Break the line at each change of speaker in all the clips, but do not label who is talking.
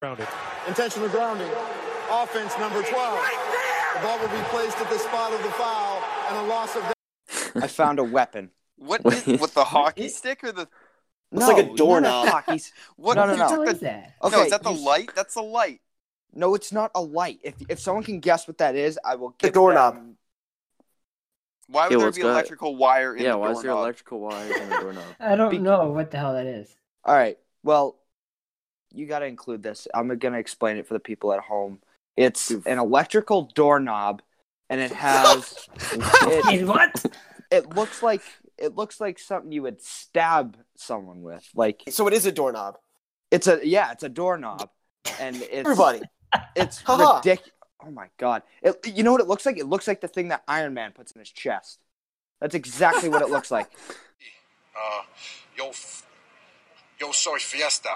Grounded.
Intentional grounding. Offense number 12. The ball will be placed at the spot of the foul and a loss of.
I found a weapon.
What
Wait.
is, with the hockey stick or the
Looks like a
No, No,
doorknob.
no, fuck, he's-
what?
No, no,
you
no.
took
What
the-
is that?
okay,
no, is that the
he's-
light? That's the light.
No, it's not a light. If if someone can guess what that is, I will
The
give
doorknob.
them-
Why would
Yeah,
there
what's
be
that?
electrical wire in
yeah,
the
why is there
doorknob?
electrical wires in the doorknob?
I don't
Be-
know what the hell that is.
All right. Well, you got to include this. I'm going to explain it for the people at home. It's
Oof.
an electrical doorknob, and it has it.
Wait, what?
It looks like it looks like something you would stab someone with. Like
So it is a doorknob.
it's a yeah, it's a doorknob, and it's
Everybody.
It's
Haha.
ridiculous. Oh my god! It, you know what it looks like? It looks like the thing that Iron Man puts in his chest. That's exactly what it looks like.
uh, yo, f- yo soy fiesta.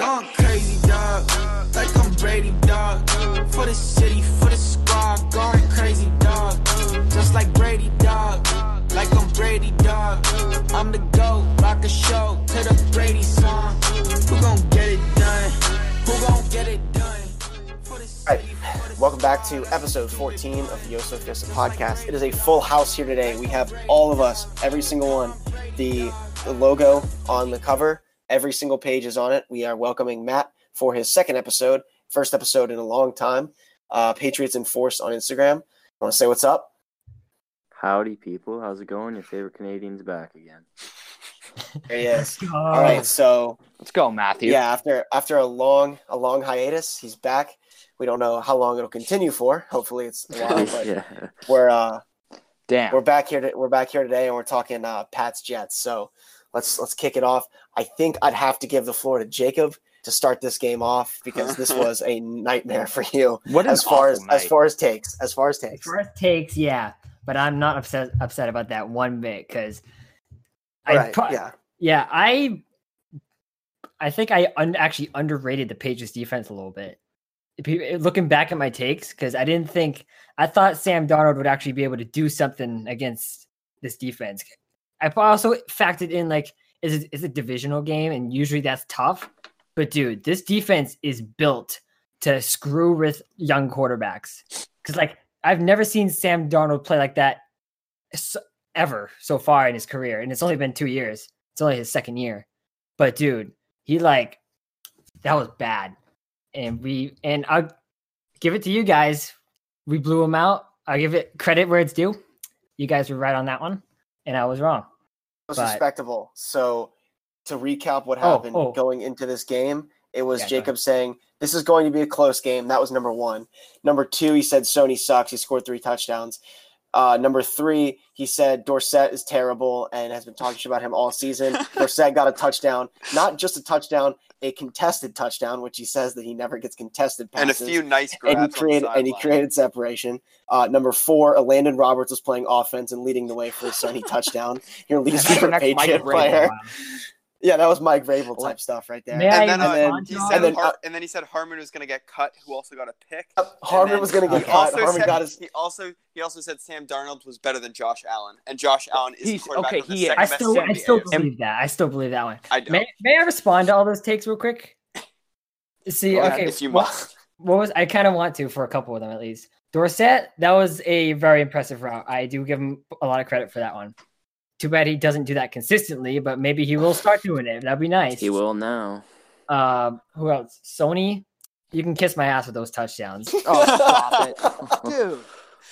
Going crazy, dog. Like I'm Brady, dog. uh, For the city, for the squad. Going crazy, dog. uh, Just like Brady, dog. Like I'm Brady, dog. I'm the GOAT. Rock a show to the Brady song. Who gon' get it done? Who gon' get it done? For the
All right.
city, for the
Welcome back to
squad.
episode 14 of the Yoso Fiesta podcast. It is a full house here today. We have all of us, every single one, the, the logo on the cover, every single page is on it. We are welcoming Matt for his second episode, first episode in a long time. Uh, Patriots Enforced on Instagram. I want to say what's up.
Howdy, people. How's it going? Your favorite Canadian's back again.
There he is. All
Uh,
right, so
Let's go, Matthew.
yeah, after after a long a long hiatus, he's back. We don't know how long it'll continue for. Hopefully, it's a while, but
yeah.
we're uh,
Damn.
we're back here. To, we're back here today, and we're talking uh, Pat's Jets. So let's let's kick it off. I think I'd have to give the floor to Jacob to start this game off because this was a nightmare for you
What an
as far as
awful
as
night.
far as takes as far as takes.
Oh, First takes, yeah, but I'm not upset upset about that one bit because I
Right?
pro-
yeah.
yeah I I think I un- actually underrated the Patriots defense a little bit. If you- eh, Looking back at my takes, because I didn't think I thought Sam Darnold would actually be able to do something against this defense. I also factored in like is it is a divisional game and usually that's tough, but dude, this defense is built to screw with young quarterbacks because like I've never seen Sam Darnold play like that s- ever so far in his career, and it's only been two years. It's only his second year, but dude, he like that was bad, and we and I'll give it to you guys. We blew him out. I give it credit where it's due. You guys were right on that one, and I was wrong.
was
But-
respectable. So to recap what
Oh,
happened
oh.
going into this game, it was
Yeah, go
Jacob saying, This is going to be a close game. That was number one. Number two, he said Sony sucks. He scored three touchdowns. Uh, number three, he said Dorset is terrible and has been talking shit about him all season. Dorset got a touchdown, not just a touchdown, a contested touchdown, which he says that he never gets contested
And a
passes
few nice grabs
and he
on the
created and he
sideline.
created separation. Uh, number four, Landon Roberts was playing offense and leading the way for a Sony touchdown. Your least
That's the
favorite
next Mike
Patriot
Vrabel.
player.
Wow.
Yeah, that was Mike Vrabel type stuff right there.
May I
And then, um,
uh,
respond to
He
all
said
and then,
Har-
uh,
and then he said Harmon was going to get cut, who also got a pick.
Uh, Harmon
And then
was going to get
he
caught.
also
Harmon
said-
got his.
He also he also said Sam Darnold was better than Josh Allen, and Josh Allen is
He's-
the quarterback
okay,
with the
he is.
second
I
best
still,
team in
I
the
still
AFC.
believe that. I still believe that one.
I don't.
May, may I respond to all those takes real quick? See,
Yeah,
okay,
if you
what-
must.
What, was I kind of want to for a couple of them at least? Dorset, that was a very impressive route. I do give him a lot of credit for that one. Too bad he doesn't do that consistently, but maybe he will start doing it. That'd be nice.
He will now.
Um, who else? Sony, you can kiss my ass with those touchdowns.
Oh, stop it, dude.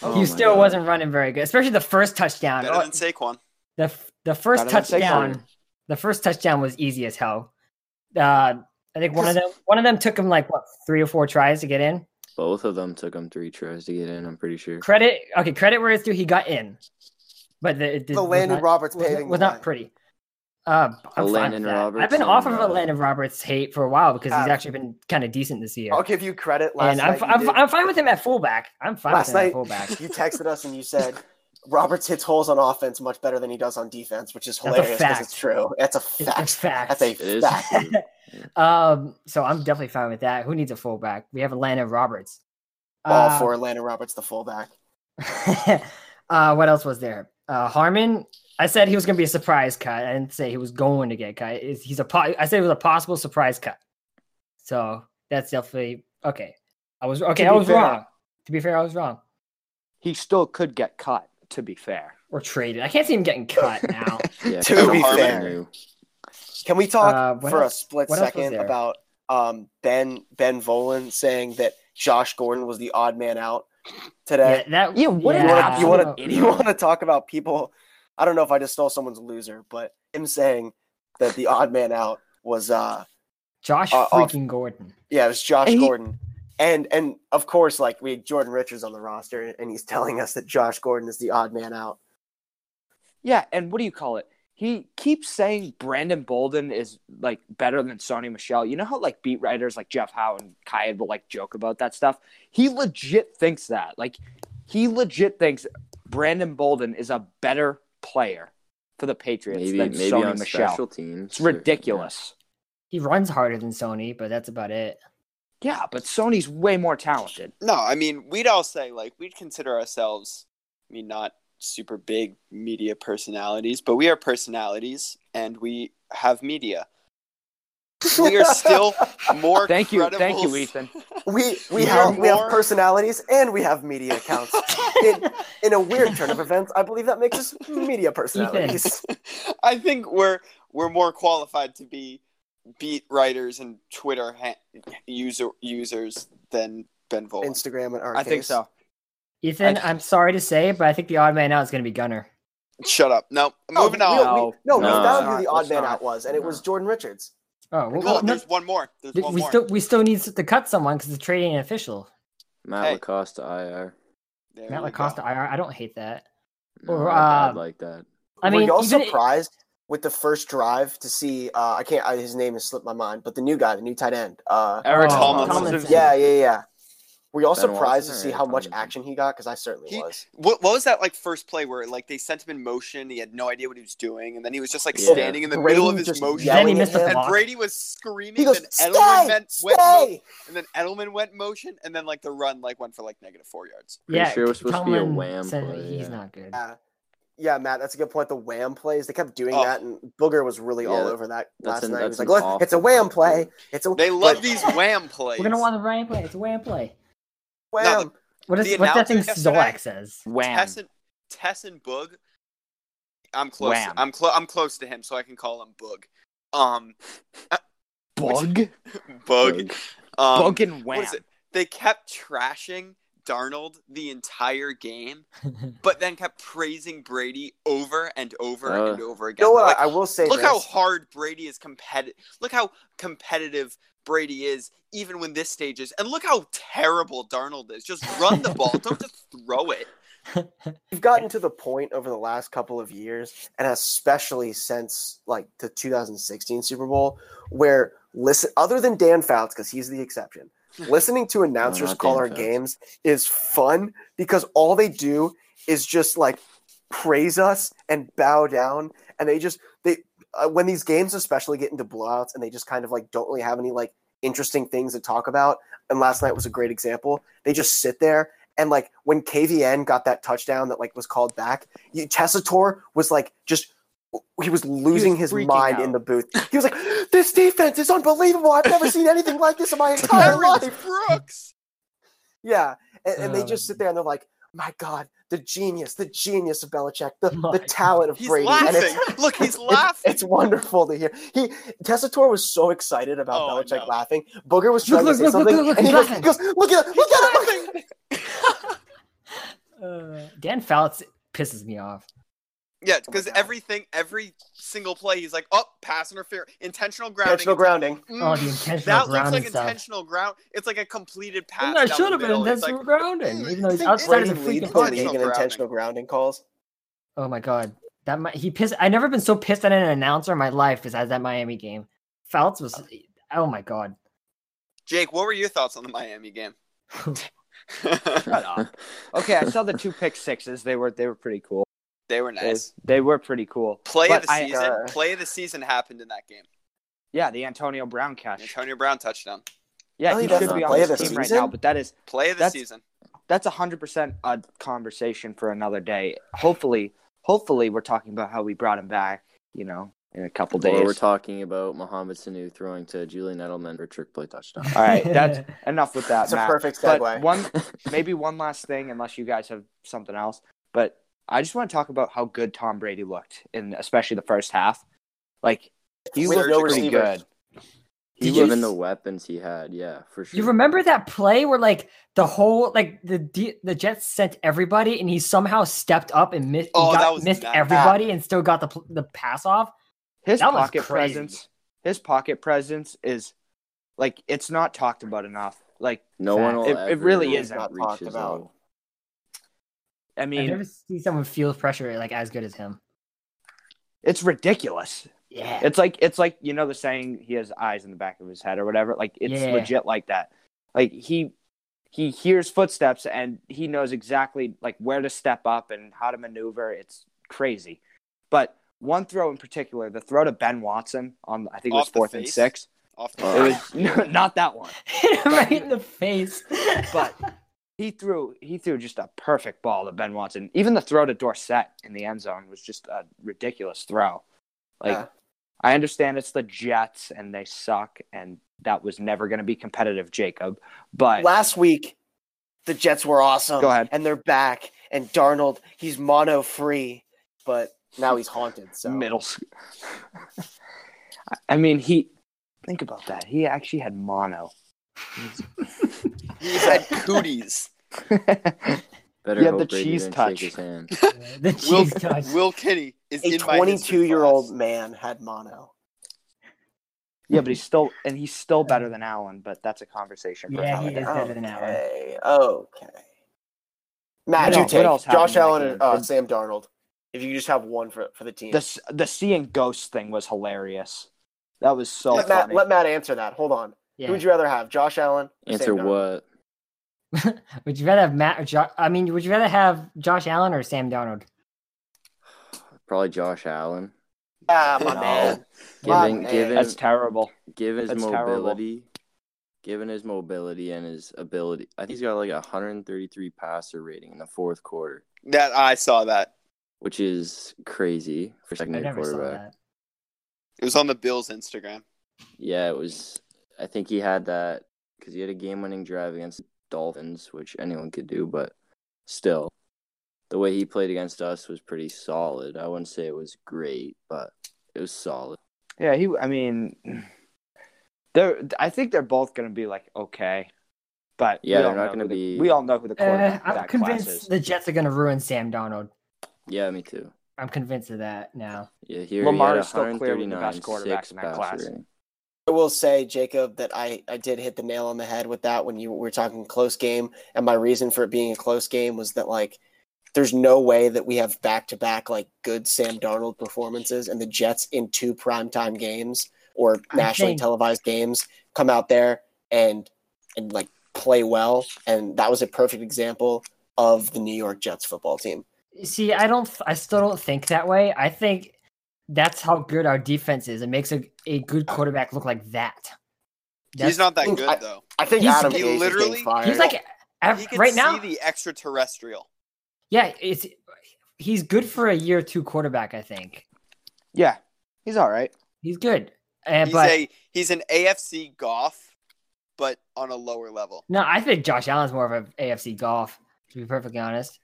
Oh
he
my
still
God.
wasn't running very good, especially the first touchdown.
Better
Oh,
than Saquon.
the f- the first
Better than Saquon.
touchdown the first touchdown was easy as hell uh i think one of them one of them took him like what three or four tries to get in
Both of them took him three tries to get in, I'm pretty sure.
credit okay credit where it's due he got in but the, it did,
The
was
Landon
not-
Roberts
was,
paving
was
the
not
way.
pretty uh, I'm fine
Landon
with that.
Roberts
I've been off of
and,
a
uh,
Landon Roberts hate for a while because he's
Uh,
actually been kind of decent this year.
I'll give you credit. Last
and I'm,
night
f-
you
I'm,
did-
f- I'm fine with him at fullback. I'm fine
last
with him
night
at fullback.
you texted us and you said Roberts hits holes on offense much better than he does on defense, which is
That's a
hilarious because
fact.
it's true. That's a
a
fact.
fact.
That's a
It is
fact.
true.
Um, so I'm definitely fine with that. Who needs a fullback? We have Landon Roberts.
All
Uh,
for Landon Roberts, the fullback.
uh, what else was there? Uh, Harmon. I said he was going to be a surprise cut. I didn't say he was going to get cut. It's- He's a. Po- I said it was a possible surprise cut. So that's definitely okay. I was okay.
To
I
be
was
fair-
wrong. To be fair, I was wrong.
He still could get cut. To be fair,
Or traded. I can't see him getting cut now.
Yeah,
To
Trevor
be
Harmon
fair.
knew.
Can we talk
Uh, what
for
else-
a split
what else was
second
there?
about um, Ben Ben Volen saying that Josh Gordon was the odd man out
yeah,
today?
that.
Yeah, what an
yeah,
you want to
absolute
you want to talk about people? I don't know if I just stole someone's loser, but him saying that the odd man out was uh
Josh
uh, off-
freaking Gordon.
yeah it was Josh
And he-
Gordon. And and of course, like we had Jordan Richards on the roster, and he's telling us that Josh Gordon is the odd man out.
yeah. And what do you call it? He keeps saying Brandon Bolden is like better than Sony Michelle. You know how like beat writers like Jeff Howe and Kayed will like joke about that stuff. He legit thinks that. Like he legit thinks Brandon Bolden is a better player for the Patriots
Maybe
than
maybe
Sony
on
Michelle.
special teams.
It's
or- yeah.
ridiculous.
He runs harder than Sony, but that's about it.
Yeah, but Sony's way more talented.
No, I mean, we'd all say, like, we'd consider ourselves, I mean, not super big media personalities, but we are personalities and we have media. We are still more
Thank you,
credible-
thank you, Ethan.
We we
You
have
are
we have
more-
personalities and we have media accounts. in, in a weird turn of events, I believe that makes us media personalities.
I think we're we're more qualified to be beat writers and Twitter ha- user users than Ben Volen.
Instagram and our
I think
case.
so.
Ethan, I, am sorry to say, but I think the odd man out is going to be Gunner.
Shut up. No,
Oh,
No,
moving on.
We, no, we, no, we
No,
found
it's
who the
not.
odd
It's
man
not.
out was, and it
No.
was Jordan Richards.
Oh, well,
Well,
well, no,
there's one more. There's
th-
one
we
more.
still we still need s- to cut someone because it's trading an official.
Matt
Hey.
Lacosta IR.
There
Matt
we
Lacosta
go.
IR. I don't hate that.
No,
Or,
I
uh,
died like that.
I
Were
mean,
y'all
even i-
surprised with the first drive to see? Uh, I can't. I, his name has slipped my mind, but the new guy, the new tight end. Uh,
Eric
Oh,
Tomlinson.
Tomlinson.
yeah, yeah, yeah. Were y'all
Ben
surprised to
Watson
see
or
how much
Tomlinson?
action he got? Because I certainly
He-
was.
What, what was that like first play where like they sent him in motion? He had no idea what he was doing, and then he was just like
Yeah.
standing in the
Brady
middle of
just
his motion.
Then he
yelling at
missed the
him.
and
block.
Brady was screaming.
He goes,
and then Edelman went,
"Stay,
went mo-
stay!"
and then Edelman went motion, and then like the run like went for like negative four yards.
Pretty
yeah,
sure it was supposed to be a
Tomlin
wham
said
play,
He's
yeah.
not good.
Yeah. Yeah, Matt, that's a good point. The wham plays, they kept doing
Oh.
that, and Booger was really
Yeah,
all
that-
over that
that's
last
an-
night. He was
that's
like,
an
look, it's a
awful
wham
play.
play. It's a
They love
but-
these wham plays.
We're gonna want the Ryan play. It's a wham play.
wham.
What is
The
what's that thing
announcer yesterday-
Zolak says?
Wham.
Tess and Tess and Boog. I'm close.
Wham.
I'm close. I'm close to him, so I can call him Boog. Um,
Bug?
Boog. Um,
Bug and
what
wham.
is it? They kept trashing Darnold the entire game, but then kept praising Brady over and over
Uh,
and over
You
again.
know what?
Like,
I, I will say
look
this.
how hard Brady is competitive. Look how competitive Brady is, even when this stage is, and look how terrible Darnold is. Just run the ball. Don't just throw it.
we've gotten to the point over the last couple of years, and especially since like the 2016 Super Bowl, where listen, other than Dan Fouts, because he's the exception, listening to announcers
not
call
Dan
our
Fouts.
games is fun because all they do is just like praise us and bow down, and they just they uh, when these games especially get into blowouts and they just kind of like don't really have any like interesting things to talk about. And last night was a great example. They just sit there and like when KVN got that touchdown that like was called back, you, Tessitore was like just he was losing his
freaking
mind in
out.
the booth. He was like, "This defense is unbelievable. I've never seen anything like this in my entire
Terrence
life."
Brooks.
Yeah, and, and they
Um,
just sit there and they're like, "My God, the genius, the genius of Belichick, the,
My
the talent of
He's
Brady." And it's-
laughing. Look, he's
it's-
laughing.
It's, wonderful to hear. He Tessitore was so excited about
Oh,
Belichick
no.
laughing. Booger was trying
Look,
to
look,
say
look, look,
something,
look,
and he
look,
goes, he goes, "Look at it! Look at it! Look at it!"
Uh, Dan Fouts pisses me off.
Yeah,
Oh my
because
God.
everything, every single play, he's like, oh, pass interference, intentional grounding.
Intentional grounding.
Mm,
Oh, the intentional
that looks
ground
like
and stuff.
intentional ground. It's like a completed pass.
And that
down
should
the
have been
middle. It's
intentional grounding, even though he's outside of
Brady
the
leads
freaking
the
punch.
league
pocket.
in intentional grounding calls.
Oh my god, that might he pissed. I never been so pissed at an announcer in my life as at that Miami game. Fouts was. Oh my god.
Jake, what were your thoughts on the Miami game?
Shut up. Okay, I saw the two pick sixes. They were they were pretty cool.
they were nice.
They, they were pretty cool.
Play
But
of the
I-
season.
uh,
play of the season happened in that game.
Yeah, the Antonio Brown catch.
Antonio Brown touchdown.
Yeah,
Oh,
he
he does
should
not
be on
play
this
this
team right
season?
now. But that is
Play of the
That's-
season.
that's hundred percent a conversation for another day. Hopefully, hopefully we're talking about how we brought him back. You know, in a couple
Well, we're
days.
talking about Mohamed Sanu throwing to Julian Edelman for a trick play touchdown.
All right, that's enough with that.
That's a
Matt.
perfect
But
segue.
one, maybe one last thing, unless you guys have something else. But I just want to talk about how good Tom Brady looked in especially the first half. Like he
With
looked
no
pretty
receivers.
good.
He
Did you-
given the weapons he had, yeah, for sure.
You remember that play where like the whole like the D- the Jets sent everybody and he somehow stepped up and missed
Oh,
got,
that was
missed
mad.
everybody and still got the pl- the pass off.
His
That was
pocket
crazy.
presence, his pocket presence is like it's not talked about enough. Like
no one will
It- it
ever
really
is not
reach
talked
his
about.
level.
I
I
mean,
never see someone feel pressure like as good as him.
it's ridiculous.
Yeah,
It's like it's like you know the saying he has eyes in the back of his head or whatever. Like it's
Yeah.
legit like that. Like he he hears footsteps and he knows exactly like where to step up and how to maneuver. It's crazy. But one throw in particular, the throw to Ben Watson on I think it was
Off the
fourth and
face?
six.
Off the
It was not that one.
hit him right in the face.
But he threw he threw just a perfect ball to Ben Watson. Even the throw to Dorset in the end zone was just a ridiculous throw. Like
Yeah.
I understand it's the Jets and they suck and that was never going to be competitive, Jacob. But
Last week, the Jets were awesome.
Go ahead.
And they're back. And Darnold, he's mono free, but now he's haunted. So
middle school. I mean, he think about that. He actually had mono.
he had cooties.
Better
You have
hope Brady
the cheese
didn't
touch.
Shake his hand.
the
Will,
cheese touch.
Will Kenny is
a
in my history
22 year old
class.
man had mono.
Yeah, but he's still and he's still better than Allen. But that's a conversation for
Yeah,
another
he
day.
is. better than Allen.
Okay. Okay. Matt,
What
you
else-
take
what else happened
Josh
in that
Allen and
game?
uh, Sam Darnold. If you could just have one for, for the team.
The s- the seeing ghosts thing was hilarious. That was so
let, Matt,
funny.
let Matt answer that. Hold on. Who
Yeah.
would you rather have, Josh Allen? or
Answer
Sam Darnold?
what?
Would you rather have Matt or Josh? I mean, would you rather have Josh Allen or Sam Darnold?
Probably Josh Allen.
Ah, my
No.
man. My
Given,
man.
given,
That's terrible.
given his
that's terrible.
mobility, given his mobility and his ability, I think he's got like a 133 passer rating in the fourth quarter,
That I saw that.
which is crazy for
I
secondary
never saw
quarterback.
that.
It was on the Bills Instagram.
Yeah, it was. I think he had that because he had a game-winning drive against the Dolphins, which anyone could do, but still, the way he played against us was pretty solid. I wouldn't say it was great, but it was solid.
Yeah, he. I mean, they're. I think they're both going to be like okay, but we
Yeah, they're
all
not
know
gonna
who the-
be-
We all know who the
Uh,
quarterback of
I'm
that class
convinced
is.
the Jets are going to ruin Sam Darnold.
Yeah, me too.
I'm convinced of that now.
Yeah, here
Lamar
he had
is still clearly the
139
best quarterback
six
in that
passer
class.
rating.
I will say, Jacob, that I, I did hit the nail on the head with that when you were talking close game. And my reason for it being a close game was that, like, there's no way that we have back to back, like, good Sam Darnold performances and the Jets in two primetime games or
I
nationally
think-
televised games come out there and, and, like, play well. And that was a perfect example of the New York Jets football team.
You See, I don't. I still don't think that way. I think that's how good our defense is. It makes a, a good quarterback look like that. That's-
Uh. He's not that
Ooh,
good
I-
though.
I think
He's-
Adam
he
Gase is getting
literally-
fired.
He's like
He
ev-
could
right
see
now.
the extraterrestrial.
yeah, it's he's good for a year or two quarterback. I think
Yeah, he's all right.
he's good. Uh,
He's
but
a he's an AFC golf, but on a lower level.
No, I think Josh Allen's more of an AFC golf, to be perfectly honest.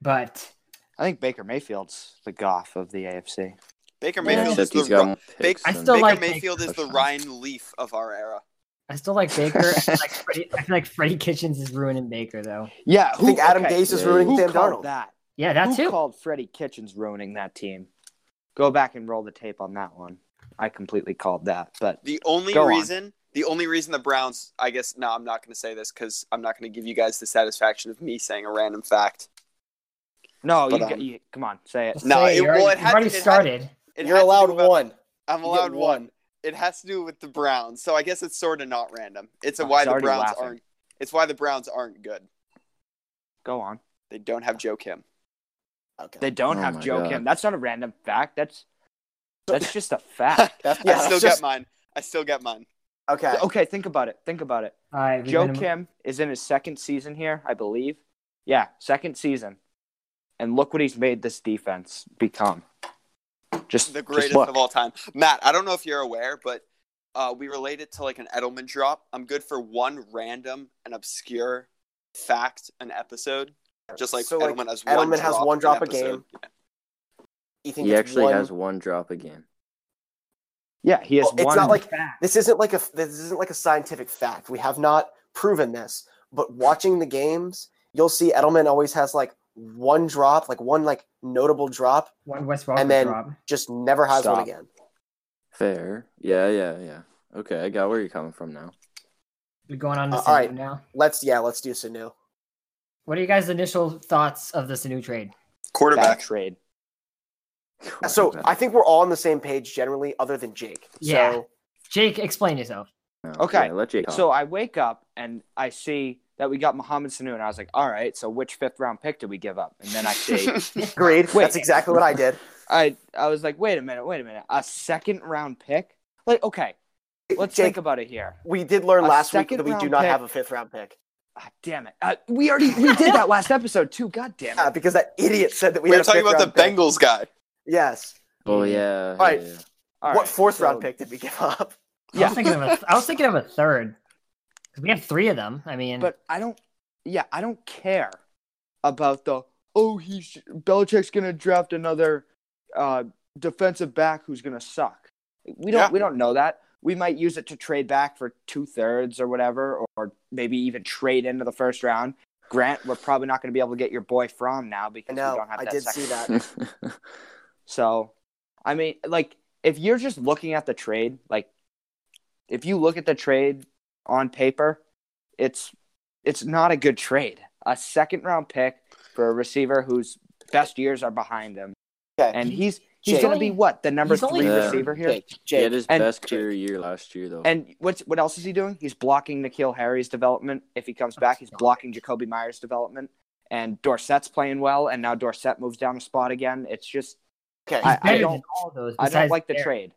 But
I think Baker Mayfield's the Goff of the AFC.
Baker
Yeah.
Mayfield is
Except
the
he's got
Ri-
more picks
I
than-
still
Baker
like
Mayfield is the
touchdowns.
Ryan Leaf of our era.
I still like Baker. I feel like Freddie, I feel like Freddie Kitchens is ruining Baker though.
Yeah,
I think Adam Gase is
yeah,
ruining
who
Sam
called
Darnold.
that?
Yeah, that
who
too.
called Freddie Kitchens ruining that team? Go back and roll the tape on that one. I completely called that, but
The only
Go on.
reason, the only reason the Browns, I guess, no, I'm not going to say this because I'm not going to give you guys the satisfaction of me saying a random fact.
no,
But,
you, g
um,
you come on, say it.
No,
Say,
it-
you
well,
already,
it had
you've
to-
already
it had to-
started.
It
You're
has to
allowed
do about-
one.
I'm
You get
allowed
one.
one. It has to do with the Browns, so I guess it's sort of not random. It's a
Oh,
why
he's
the
already
Browns
laughing.
aren't. It's why the Browns aren't good.
Go on.
They don't have Joe Kim.
Okay.
They don't
Oh
have
my
Joe
God.
Kim. That's not a random fact. That's that's just a fact.
That's,
I
yeah,
still
that's just-
get mine. I still get mine.
Okay.
okay, think about it. Think about it.
All right, we've
Joe
been-
Kim is in his second season here, I believe. Yeah, second season. And look what he's made this defense become. Just
the greatest
just look.
of all time. Matt, I don't know if you're aware, but uh, we relate it to like an Edelman drop. I'm good for one random and obscure fact an episode, just like
So, like,
Edelman has one.
Edelman has
drop
one
an
drop a
episode.
Ethan
He
gets
actually
one-
has one drop a game.
Yeah, he has
Well, it's
one.
not like-
fact.
this isn't like a this isn't like a scientific fact. We have not proven this, but watching the games, you'll see Edelman always has like one drop, like one like notable drop,
One West Walker
And then-
drop.
just never has one
Stop.
again.
Fair. Yeah, yeah, yeah. Okay, I got where you're coming from now.
We're going on to
Uh,
Sanu
all right.
now.
Let's yeah, let's do Sanu.
What are you guys' initial thoughts of this new trade?
Bad
Quarterback.
trade.
So I think we're all on the same page generally, other than Jake.
Yeah.
So
Jake, explain yourself.
No,
Okay,
yeah, let Jake talk.
So I wake up and I see that we got Mohamed Sanu, and I was like, all right, so which fifth round pick did we give up? And then I see,
agreed.
Wait.
That's exactly what I did.
I, I was like, wait a minute, wait a minute, a second round pick? Like, okay, let's
Jake,
think about it here.
we did learn
a
last week
second
that we do
round
not
pick.
have a fifth round pick.
Ah, damn it, uh, we already we did that last episode too. God damn
Yeah,
it.
Uh, because that idiot said that we,
We were
had a
talking
fifth
about the
round pick.
Bengals guy.
Yes.
Oh yeah.
All right.
yeah, yeah.
All
what
right,
fourth
so-
round pick did we give up?
I
Yeah.
was thinking of a, I was thinking of a third. 'Cause We have three of them. I mean,
But I don't. Yeah, I don't care about the. Oh, he's Belichick's gonna draft another uh, defensive back who's gonna suck. We don't.
Yeah.
We don't know that. We might use it to trade back for two thirds or whatever, or, or maybe even trade into the first round. Grant, we're probably not gonna be able to get your boy from now
I
because we
know.
don't have
I
that
did
second
see that.
so, I mean, like, if you're just looking at the trade, like, if you look at the trade on paper, it's it's not a good trade. A second round pick for a receiver whose best years are behind him,
Okay.
and he's he's
Jake.
going to be what the number
He's only
three
third.
receiver here.
Jake,
he
Jake,
had his
and-
best career year last year though.
And what's what else is he doing? He's blocking Nikhil Harry's development if he comes back. He's blocking Jacoby Myers' development, and Dorsett's playing well. And now Dorsett moves down a spot again. It's just
okay.
I-
better than
don't-
all those.
I don't
besides
like the
Derek.
trade.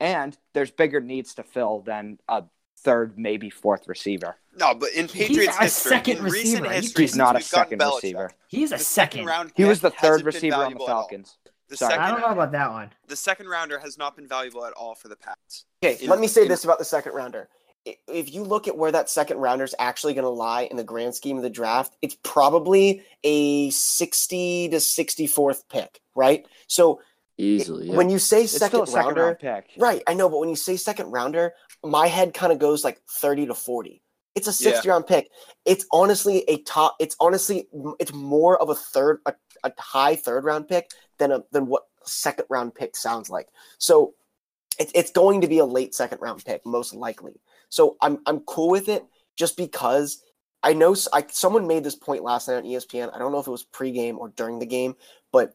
And there's bigger needs to fill than a third, maybe fourth receiver.
No, but in
He's
Patriots
our
history,
second
in recent
receiver. He-
history,
He's not a
since we've
second
gotten Belichick,
receiver.
He is a
the
second.
round
He
pick
was the
hasn't
third
been
receiver on the
valuable at all.
Falcons.
The
Sorry.
second,
I don't know about that one.
the second rounder has not been valuable at all for the Pats.
Okay,
in-
let me say
in-
this about the second rounder. I- If you look at where that second rounder is actually going to lie in the grand scheme of the draft, it's probably a 60 to 64th pick, right? So
Easily. Yeah.
when you say
It's
second,
still a second
rounder,
round pick.
right, I know, but when you say second rounder, my head kind of goes like 30 to 40. It's a 60 round pick. It's honestly a top, it's honestly, it's more of a third, a, a high third round pick than a, than what a second round pick sounds like. So it's it's going to be a late second round pick most likely. So I'm I'm cool with it just because I know s I someone made this point last night on E ESPN. I don't know if it was pregame or during the game, but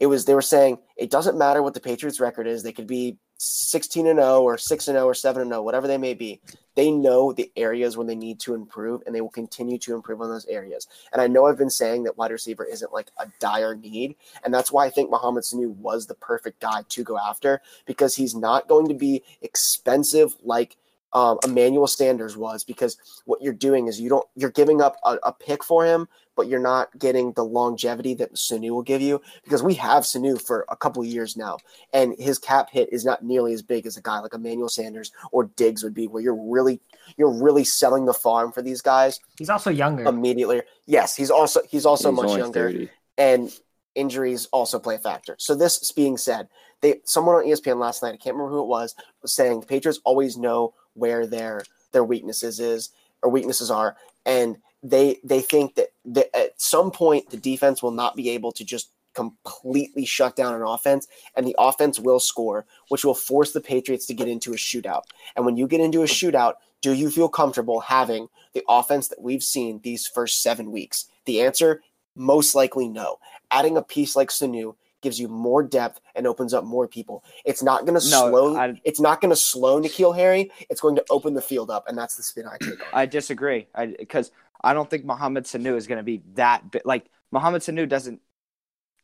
it was they were saying it doesn't matter what the Patriots record is. They could be 16 and 0 or 6 and 0 or 7 and 0, whatever they may be. They know the areas when they need to improve and they will continue to improve on those areas. And I know I've been saying that wide receiver isn't like a dire need, and that's why I think Mohamed Sanu was the perfect guy to go after because he's not going to be expensive like um, Emmanuel Sanders was. Because what you're doing is you don't you're giving up a, a pick for him, but you're not getting the longevity that Sanu will give you. Because we have Sanu for a couple of years now, and his cap hit is not nearly as big as a guy like Emmanuel Sanders or Diggs would be, where you're really you're really selling the farm for these guys
He's also younger.
Um,
immediately. Yes, he's also he's also
He's
much
only
younger
30.
and injuries also play a factor. So this being said, they someone on E ESPN last night, I can't remember who it was, was saying the Patriots always know where their their weaknesses is or weaknesses are, and they they think that the, at some point the defense will not be able to just completely shut down an offense, and the offense will score, which will force the Patriots to get into a shootout. And when you get into a shootout, do you feel comfortable having the offense that we've seen these first seven weeks? The answer most likely no. Adding a piece like Sanu gives you more depth and opens up more people. It's not going to
No,
slow.
I-
it's not going to slow Nikhil Harry. It's going to open the field up, and that's the spin I take on. it.
I disagree. I because I don't think Mohamed Sanu is going to be that big. Like Mohamed Sanu doesn't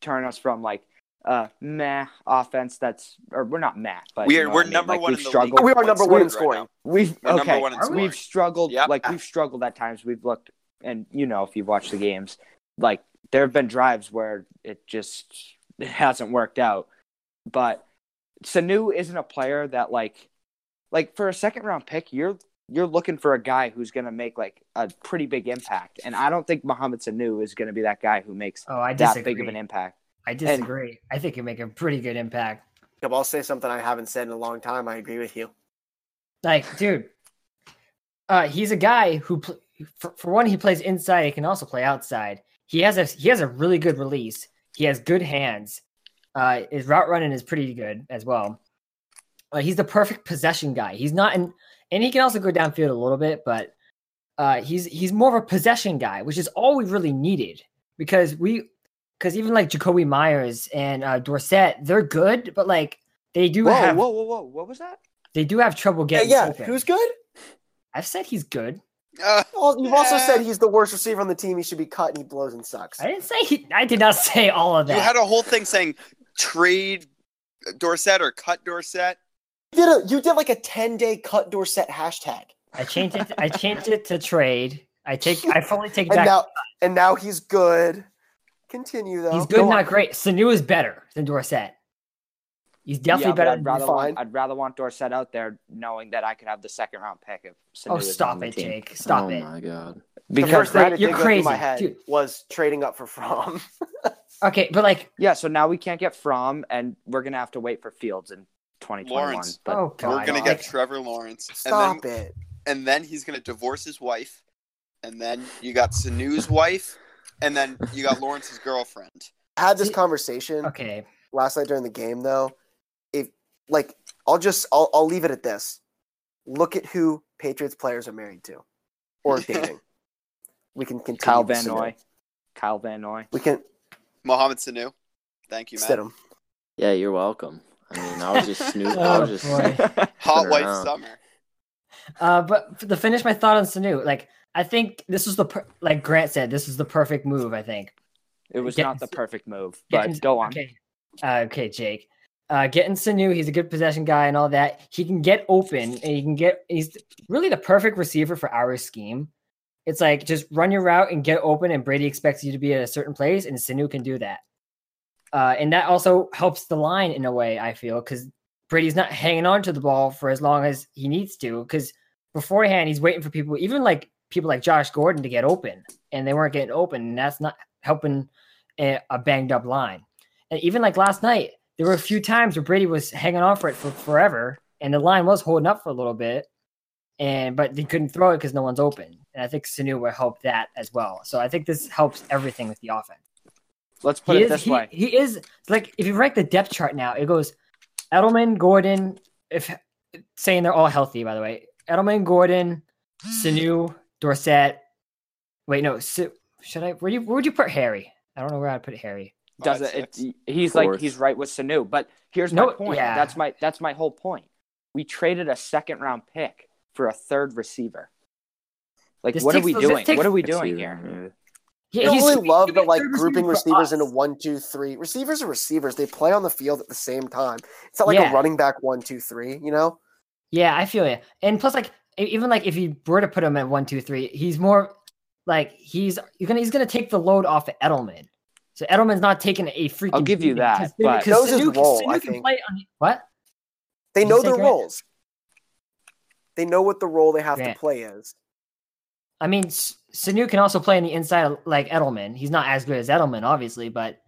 turn us from like uh meh offense. That's or we're not meh, but you
We're
know
we're
what I mean.
number
Like,
one.
We've
in the
struggled.
league
We are
in
number
points
one in
right
scoring.
now.
We've
We're number
okay.
one in
Are we?
scoring.
We've struggled.
Yep.
Like we've struggled at times. We've looked, and you know, if you've watched the games, like there have been drives where it just it hasn't worked out. But Sanu isn't a player that like like for a second round pick, you're you're looking for a guy who's going to make like a pretty big impact, and I don't think Mohamed Sanu is going to be that guy who makes
Oh, I
that
disagree.
big of an impact.
I disagree. I think you make a pretty good impact.
Jacob, I'll say something I haven't said in a long time. I agree with you.
Like, dude, uh, he's a guy who, pl- for, for one, he plays inside. He can also play outside. He has a he has a really good release. He has good hands. Uh, his route running is pretty good as well. Uh, he's the perfect possession guy. He's not an and he can also go downfield a little bit, but uh, he's he's more of a possession guy, which is all we really needed because we because even like Jacoby Myers and uh, Dorset, they're good, but like they do
Whoa,
have
whoa, whoa, whoa! What was that?
they do have trouble
Yeah,
getting.
yeah.
open.
who's good?
I've said he's good.
Uh,
Well, you've also
Yeah.
said he's the worst receiver on the team. He should be cut, and he blows and sucks.
I didn't say he. I did not say all of
you
that.
had a whole thing saying trade Dorset or cut Dorset.
You did, a, you did like a ten day cut Dorset hashtag,
I changed it. I changed it to trade. I take. I fully take
and
back.
now and now he's good. Continue though.
he's good,
Go on.
not great. Sanu is better than Dorset. He's
yeah,
definitely
but
better.
I'd
than
rather
fine.
want I'd rather want Dorset out there knowing that I could have the second round pick if Sanu
oh,
is on
stop
the
it,
team.
Jake. Stop
oh
it.
my god.
The first
Because
thing
that,
that
you're
did go through my
crazy,
head
dude.
was trading up for From.
Okay, but like,
yeah, so now we can't get From, and we're gonna have to wait for Fields in 2021.
Lawrence.
But
oh god,
We're gonna
God.
get Trevor Lawrence,
Stop
and then
it.
and then he's gonna divorce his wife, and then you got Sanu's wife, and then you got Lawrence's girlfriend.
I had this
See-
conversation
okay.
last night during the game though. If like I'll just I'll I'll leave it at this. Look at who Patriots players are married to or dating. we can continue.
Kyle
with
Van
Sanu.
Noy, Kyle Van Noy.
We can
Mohamed Sanu. Thank you, Matt.
Stidham.
Yeah, you're welcome. I mean, I was just snoop. I
Oh,
was just.
boy.
Hot
Turn
wife
around.
summer.
Uh, but f- to finish my thought on Sanu, like I think this was the per- like Grant said, this was the perfect move. I think.
It was
Yeah,
not the
it's-
perfect move,
Yeah,
but
and-
go on.
Okay, uh, okay, Jake. Uh, getting Sanu, he's a good possession guy and all that. He can get open, and he can get. He's really the perfect receiver for our scheme. It's like just run your route and get open, and Brady expects you to be at a certain place, and Sanu can do that. Uh, and that also helps the line in a way. I feel because Brady's not hanging on to the ball for as long as he needs to. Because beforehand, he's waiting for people, even like people like Josh Gordon, to get open, and they weren't getting open, and that's not helping a, a banged up line. And even like last night, there were a few times where Brady was hanging on for it for forever, and the line was holding up for a little bit, and but they couldn't throw it because no one's open. And I think Sanu will help that as well. So I think this helps everything with the offense.
Let's put
he
it
is,
this
he,
way:
he is like if you rank the depth chart now, it goes Edelman, Gordon. If saying they're all healthy, by the way, Edelman, Gordon, Sanu, Dorset. Wait, no. Su- should I? Where do you? Where would you put Harry? I don't know where I'd put Harry.
does
Five,
it,
six.
it? He's
Fourth.
like he's right with Sanu, but here's
No,
my point.
yeah.
That's my that's my whole point. We traded a second round pick for a third receiver. Like,
This
what are
takes-
we
this
doing?
takes-
what are we
I see
doing
that,
here?
yeah.
Yeah,
I
he's-
really
he's
love the
gonna be
like
third
grouping
receiver for
receivers into
us.
one, two, three. Receivers are receivers. They play on the field at the same time. It's not like
Yeah.
a running back one, two, three, you know?
Yeah, I feel you. And plus, like e- even like if you were to put him at one, two, three, he's more like he's you're gonna he's gonna take the load off of Edelman. So Edelman's not taking a freaking.
I'll give you
beating,
that,
'cause-
but-
because
Knows his
Sanu can-
role,
Sanu
I
can
think.
play on the- what?
They
Did you
know
say
their
Grant?
roles. They know what the role they have
Grant.
to play is.
I mean, S- Sanu can also play on the inside like Edelman. He's not as good as Edelman, obviously, but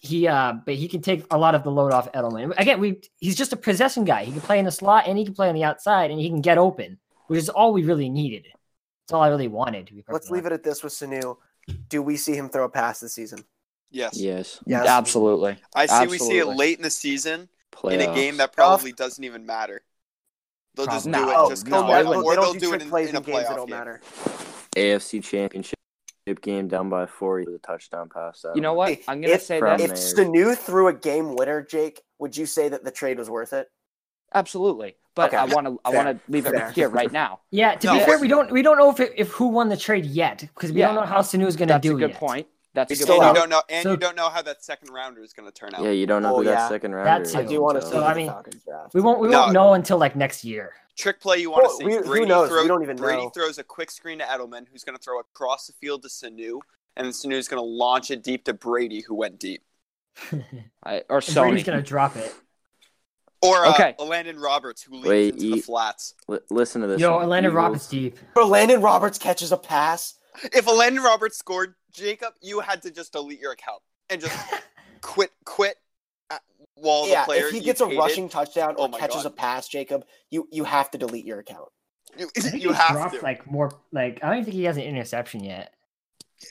he uh but he can take a lot of the load off Edelman. Again, we he's just a possession guy. He can play in the slot and he can play on the outside and he can get open, which is all we really needed. It's all I really wanted to be.
Let's leave it at this with Sanu. Do we see him throw a pass this season?
Yes.
Yes.
Yes.
Absolutely.
I see we see it
Absolutely.
late in the season
Playoffs.
in a game that probably doesn't even matter. They'll just
Probably.
do it
Oh,
No,
just 'cause
no, they
why not?
wouldn't.
or
They don't
they'll
do
do it
trick
in,
plays
in a
in games that
playoff
don't
game.
matter.
AFC Championship game down by four with a touchdown pass. I
You
don't
know what?
Hey,
I'm gonna
if-
say
From-
that
If
Mayor.
Sanu threw a game winner, Jake, would you say that the trade was worth it?
absolutely, but
Okay.
I want to I
Fair.
want to leave
Fair.
it here right now.
Yeah, to be
No.
fair, we don't we don't know if, it, if who won the trade yet because we don't
Yeah.
know how Sanu is going to
That's
do.
a good
yet.
point. That's a
He's
good
And
still
you
out.
point.
don't know and
So-
you don't know how that second rounder is gonna turn out.
Yeah, you don't know
Oh,
who that
yeah.
second rounder
That's
is.
I
Yeah,
do want to
so-
say
so, I
the
mean,
Falcons draft.
We won't we
No.
won't know until like next year.
Trick play you want
Well,
to see.
we- who
Brady
knows? We
throws-
don't even
Brady
know.
throws a quick screen to Edelman, who's going to throw across the field to Sanu, and then Sanu's going to launch it deep to Brady, who went deep.
I, or
Brady's
Sony. Oh,
going to drop it.
Or uh,
Okay.
Landon Roberts, who leads
Wait,
into the
eat-
flats.
L- listen to this.
Yo,
one.
Atlanta
Eagles-
Rockets deep.
Bro, Landon Roberts catches a pass.
If a Landon Roberts scored, Jacob, you had to just delete your account and just quit, quit. uh, While
yeah,
the player
if he
you
gets a
hated,
rushing touchdown or
Oh my
catches
God.
a pass, Jacob, you you have to delete your account.
you,
I think
you
he's
have
dropped,
to.
Like more, like I don't even think he has an interception yet.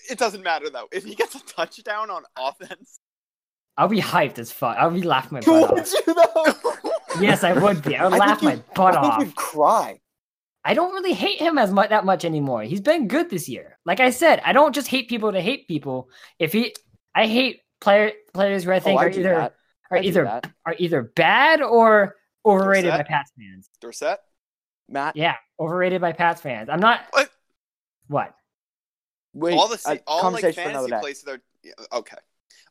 It doesn't matter though. If he gets a touchdown on offense,
I'll be hyped as fuck. I'll be laughing my butt
Would
off.
you though?
Yes, I would be. I would
I
laugh
think
my
you-
butt
I
off.
think you'd cry.
I don't really hate him as much that much anymore. He's been good this year. Like I said, I don't just hate people to hate people. If he, I hate player players who I think
oh, I
are
do
either
that.
are
I do
either
that.
are either bad or overrated by
that?
Pats fans.
Dorsett.
Matt.
Yeah, overrated by Pats fans. I'm not.
What?
What?
Wait,
all the sa-
a
all like
conversation for another
fantasy
day.
places are yeah, okay.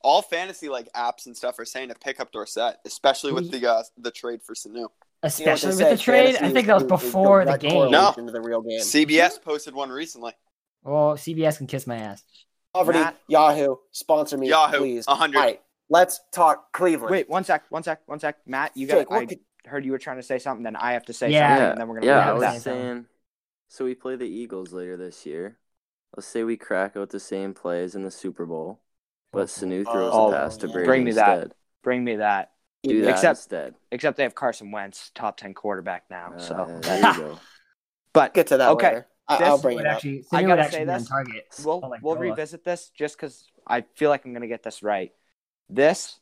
All fantasy like apps and stuff are saying to pick up Dorsett, especially with the uh, the trade for Sanu.
You know what they
Especially
say,
with the trade. I
fantasy
think that was
is- is
before the
direct
game.
correlation
No.
to the real game.
CBS posted one recently.
Well, CBS can kiss my ass.
Poverty,
Matt-
Yahoo, sponsor me,
Yahoo,
please.
100.
All right, let's talk Cleveland.
Wait, one sec, one sec, one sec. Matt, you got.
Jake,
I
what could-
heard you were trying to say something. Then I have to say
Yeah.
something,
Yeah,
and then we're gonna
yeah. I
wrap it
was
up.
that.
saying. So we play the Eagles later this year. Let's say we crack out the same plays in the Super Bowl, but Sanu throws
Oh,
a pass to
yeah.
Brady
Bring me that.
instead.
Bring me that.
Do that
Except-
instead.
Except they have Carson Wentz, top ten quarterback now.
Uh,
so,
there you go.
but
get to that
Okay.
later. I-
This
I'll
is
bring
Would
it up.
actually,
I
Sanu would
gotta
actually
say
be on
this.
target.
we'll
Oh, like
we'll
Noah.
revisit this just because I feel like I'm gonna get this right. This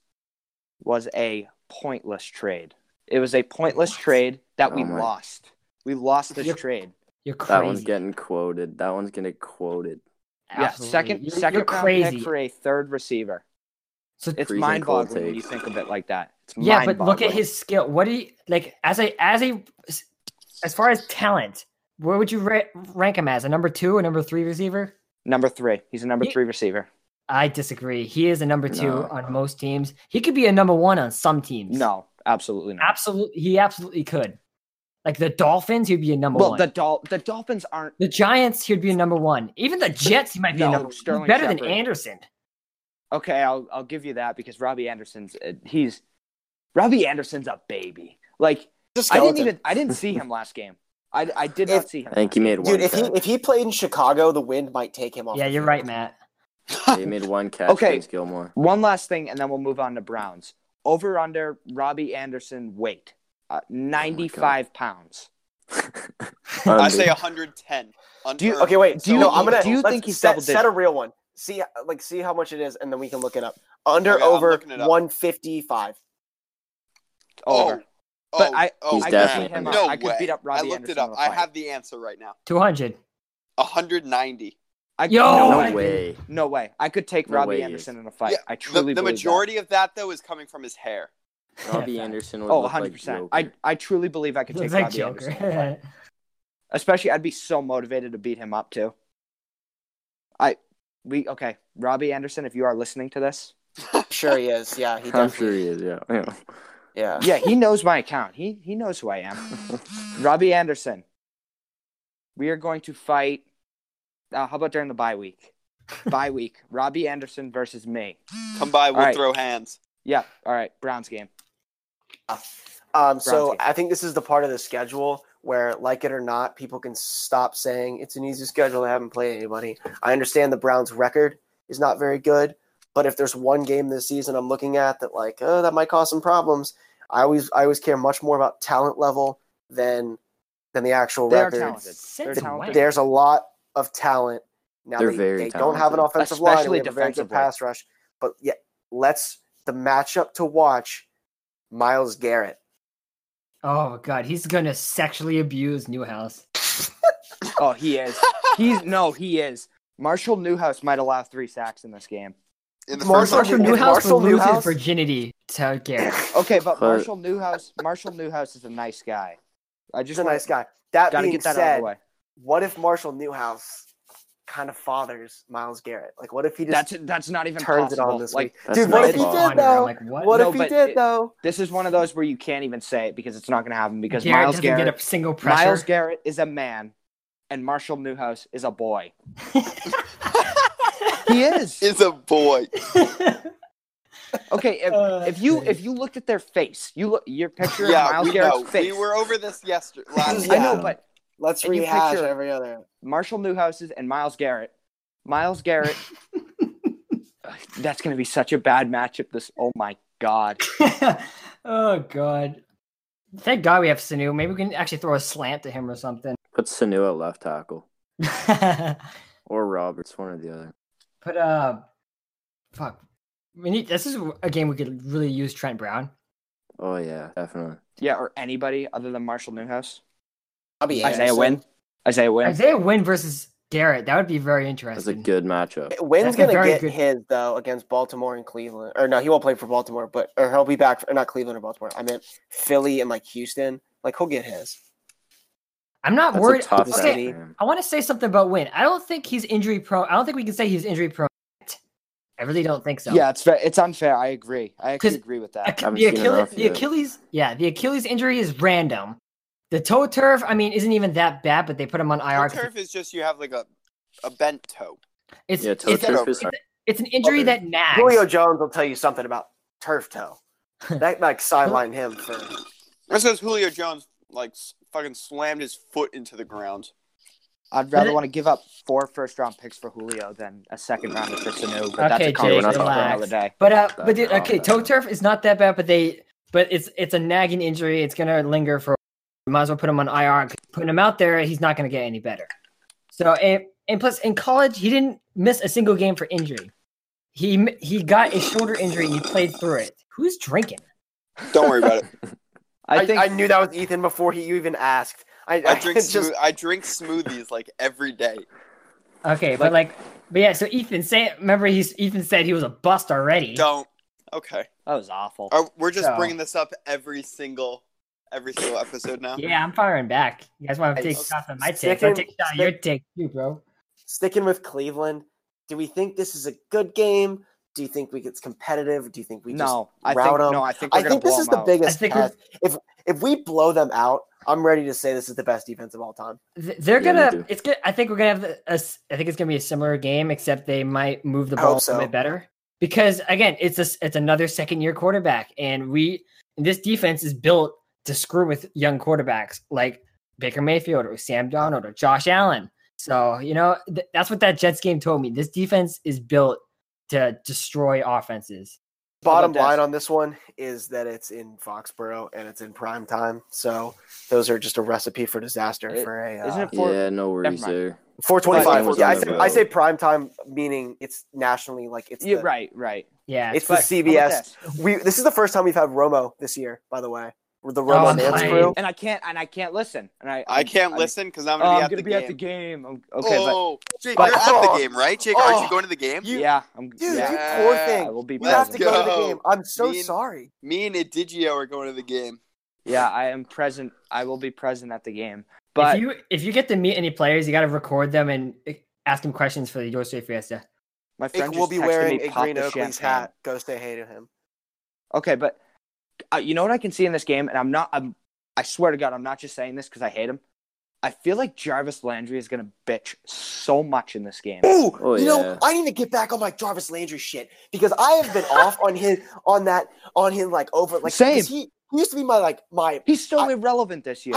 was a pointless trade. It was a pointless
What?
trade that we
Oh my-
lost. We lost this
Yep.
trade.
You're crazy.
That one's getting quoted. That one's getting quoted.
Absolutely.
Yeah, 2nd
You're-
second
you're
round
crazy.
pick for a third receiver.
so
It's
Freezing
mind
cold
boggling when
take.
you think of it like that. It's
yeah, but look
mind-boggling.
at his skill. What do you like as a as a as far as talent? Where would you ra- rank him as a number two, a number three receiver?
number three. He's a number
He-
three receiver.
I disagree. He is a number two
No.
on most teams. He could be a number one on some teams.
No, absolutely not.
absolutely, he absolutely could. Like the Dolphins, he'd be a number
Well,
one.
the Dol- the Dolphins aren't.
The Giants, he'd be a number one. Even the Jets, he might be a
No,
number one. He's
Sterling
better than
Shepard.
Anderson.
Okay, I'll I'll give you that because Robbie Anderson's uh, he's Robbie Anderson's a baby. Like
Just
I didn't even I didn't see him last game. I I did not
If-
see him.
I think he made one
Dude, if he
catch.
if he played in Chicago, the wind might take him off.
Yeah,
the
you're
field.
right, Matt.
he made one catch
Okay.
against Gilmore.
One last thing, and then we'll move on to Browns. Over under Robbie Anderson weight,
Oh
uh, ninety five pounds.
Um,
I say 110. Under,
Do you-
Okay, wait.
Do you-
no, I'm gonna.
do you
let's
think he's
set,
double digit?
set a real one? See, like, see how much it is, and then we can look it up. Under
Okay, I'm
over
looking it up.
155.
Oh,
Over.
oh,
But I-
oh,
He's
I
man.
could beat him up.
No
uh, I could
way.
beat up Robbie
I looked
Anderson
it up.
in a
I
fight.
have the answer right now.
Two hundred.
190.
I,
Yo!
no,
No
I-
way.
no way. I could take
No
Robbie
way,
Anderson
yes.
in a fight.
Yeah,
I
The,
truly
the
believe that.
majority of that though is coming from his hair.
Robbie Anderson would
Oh,
look
100%.
like Joker.
I, I truly believe I could take
Looks
Robbie
like
Anderson. in a fight.
Joker.
Especially, I'd be so motivated to beat him up, too. I, we, okay. Robbie Anderson, if you are listening to this,
Sure, he is. Yeah, he
I'm
does.
sure he is. Yeah. yeah.
Yeah.
yeah, he knows my account. He, he knows who I am. Robbie Anderson, we are going to fight. Uh, how about during the bye week? Bye week. Robbie Anderson versus me.
Come by, we'll
right.
throw hands.
Yeah. All right. Browns game.
Um, so
Bronski.
I think this is the part of the schedule where, like it or not, people can stop saying it's an easy schedule. I haven't played anybody. I understand the Browns' record is not very good, but if there's one game this season I'm looking at that, like, oh, that might cause some problems. I always, I always care much more about talent level than than the actual
They are
record.
talented. They're
The-
talented.
There's a lot of talent. Now
They're
they,
very
they don't have an
talented.
offensive line. and
Especially
They have a very good
defensively.
pass rush, but yeah, let's the matchup to watch. Miles Garrett.
Oh god, he's gonna sexually abuse Newhouse.
Oh, he is. He's no, he is. Marshall Newhouse might allow three sacks in this game.
In the
Marshall
first
Marshall
Newhouse
Newhouse
Marshall
will lose his
Newhouse?
virginity to Garrett.
Okay, but
But-
Marshall Newhouse, Marshall Newhouse is a nice guy. I just
He's a
wanna-
nice guy. That
Gotta
being
get that
said,
out of the way.
what if Marshall Newhouse kind of fathers Miles Garrett? Like, what if he just
That's that's not even
turns it
possible.
on this
like
week?
that's
Dude,
not
what if he
possible.
did
Honor, I'm
though?
like, what?
What
No,
if he
but
did
it-
though?
this is one of those where you can't even say it because it's not going to happen because
Garrett
Miles
doesn't
Garrett,
get a single pressure.
Miles Garrett is a man, and Marshall Newhouse is a boy. he is.
is a boy.
Okay, if,
Uh,
if you if you looked at their face, you look you're picturing
yeah,
Miles
we,
Garrett's
know.
face.
we were over this yesterday. Last
I
Yeah.
know, but
Let's
And you
rehash
picture-
every other.
Marshall Newhouses and Miles Garrett. Miles Garrett. that's going to be such a bad matchup. This. Oh my god.
oh god. Thank God we have Sanu. Maybe we can actually throw a slant to him or something.
Put Sanu at left tackle
but
or Roberts, one or the other.
uh, fuck. We need. This is a game we could really use Trent Brown.
Oh yeah, definitely.
Yeah, or anybody other than Marshall Newhouse.
I'll be
Isaiah Wynn. Isaiah Wynn.
Isaiah Wynn versus Garrett. That would be very
That's a
interesting.
good matchup.
That's
Wynn's
a
Eh, gonna
very
get
good-
his though against Baltimore and Cleveland. Or no, he won't play for Baltimore, but or he'll be back for not Cleveland or Baltimore. I meant Philly and like Houston. Like he'll get his.
I'm not
That's
worried.
a tough
okay.
match for him.
I want to say something about Wynn. I don't think he's injury prone. I don't think we can say he's injury prone. yet. I really don't think so.
Yeah, it's fair. It's unfair. I agree. I actually
'Cause
agree with
Ach-
that.
haven't
the,
seen
Achilles,
enough
the
yet.
Achilles, yeah, the Achilles injury is random. The toe turf, I mean, isn't even that bad, but they put him on IR.
Toe
'cause
turf is just you have like a, a bent toe.
It's
Yeah, toe
it's,
turf
is-
it's, it's an injury that nags.
Julio Jones will tell you something about turf toe. That like sidelined him for.
That's because Julio Jones like s- fucking slammed his foot into the ground.
I'd rather want to give up four first round picks for Julio than a second rounder for Sanu. But that's
Okay,
a
Jake,
conversation for
relax.
another day.
But uh,
That's
but dude,
not
okay,
bad.
toe turf is not that bad, but they but it's it's a nagging injury. It's gonna linger for. Might as well put him on IR. 'cause Putting him out there, he's not gonna get any better. So and and plus in college, he didn't miss a single game for injury. He m- he got a shoulder injury and he played through it. Who's drinking?
Don't worry about it.
I, think
I knew that was Ethan before he you even asked. I,
I drink
just
smooth- I drink smoothies like every day.
Okay, but like but yeah. So Ethan say remember he's Ethan said he was a bust already.
Don't. Okay.
that was awful.
Are, we're just
No.
bringing this up every single every single episode now.
Yeah, I'm firing back. You guys want to
Hey,
take
s-
shots on my
stick
take? I'll
him-
take a shot on
stick-
your take too, bro.
sticking with Cleveland. Do we think this is a good game? Do you think we it's competitive? Do you think we
no, I
just
think
route 'em?
no, I think we're
I
gonna
think this
blow
is
him
the
out.
biggest
I think
test. If if we blow them out, I'm ready to say this is the best defense of all time.
Th- They're
Yeah, me
gonna.
too.
It's good. I think we're gonna have a. s- I think it's gonna be a similar game, except they might move the
I
ball a
hope
little
so.
bit better because again, it's a, s- it's another second year quarterback, and we this defense is built to screw with young quarterbacks like Baker Mayfield or Sam Donald or Josh Allen. So you know th- that's what that Jets game told me. This defense is built to destroy offenses.
Bottom
about
line
that?
on this one is that it's in Foxborough and it's in prime time. So those are just a recipe for disaster
It-
for a
isn't
uh,
it four-
yeah, no worries
Never mind.
there. It
425.
was
Yeah, I
on the
say, I say
road.
prime time meaning it's nationally like it's
Yeah,
the,
right, right.
Yeah,
It's
But how
the
about
CBS.
this?
We this is the first time we've had Romo this year, by the way. The
Oh,
Romo Nance
nice.
crew.
and I can't and I can't listen. And I
I
I'm-
can't
I'm-
listen because I'm
Oh,
gonna be,
I'm
at,
gonna
the
be at the
game.
game. I'm- Okay,
oh, Jake,
but-
you're at
Oh.
the game, right? Jake, aren't
Oh.
you going to the game?
but yeah, I'm
Dude,
yeah.
you poor thing.
Yeah.
I will be
You have to
present.
go, to the
Go.
game. I'm so
Mean-
sorry.
Me and Idigio are going to the game.
Yeah, I am present. I will be present at the game. But
if you if you get to meet any players, you got to record them and eh, ask them questions for the Your State Fiesta.
my friend
It
just
will be
texted
wearing
me,
a
"Pop
green
the
Oakley's
champagne."
hat. Go stay hated him.
Okay, but uh, you know what I can see in this game, and I'm not. I'm. I swear to God, I'm not just saying this because I hate him. I feel like Jarvis Landry is gonna bitch so much in this game.
Ooh,
Oh,
you
yeah.
know, I need to get back on my Jarvis Landry shit because I have been off on his on that on him like over like 'cause
Same.
he he used to be my like my
He's so
I-
irrelevant this year.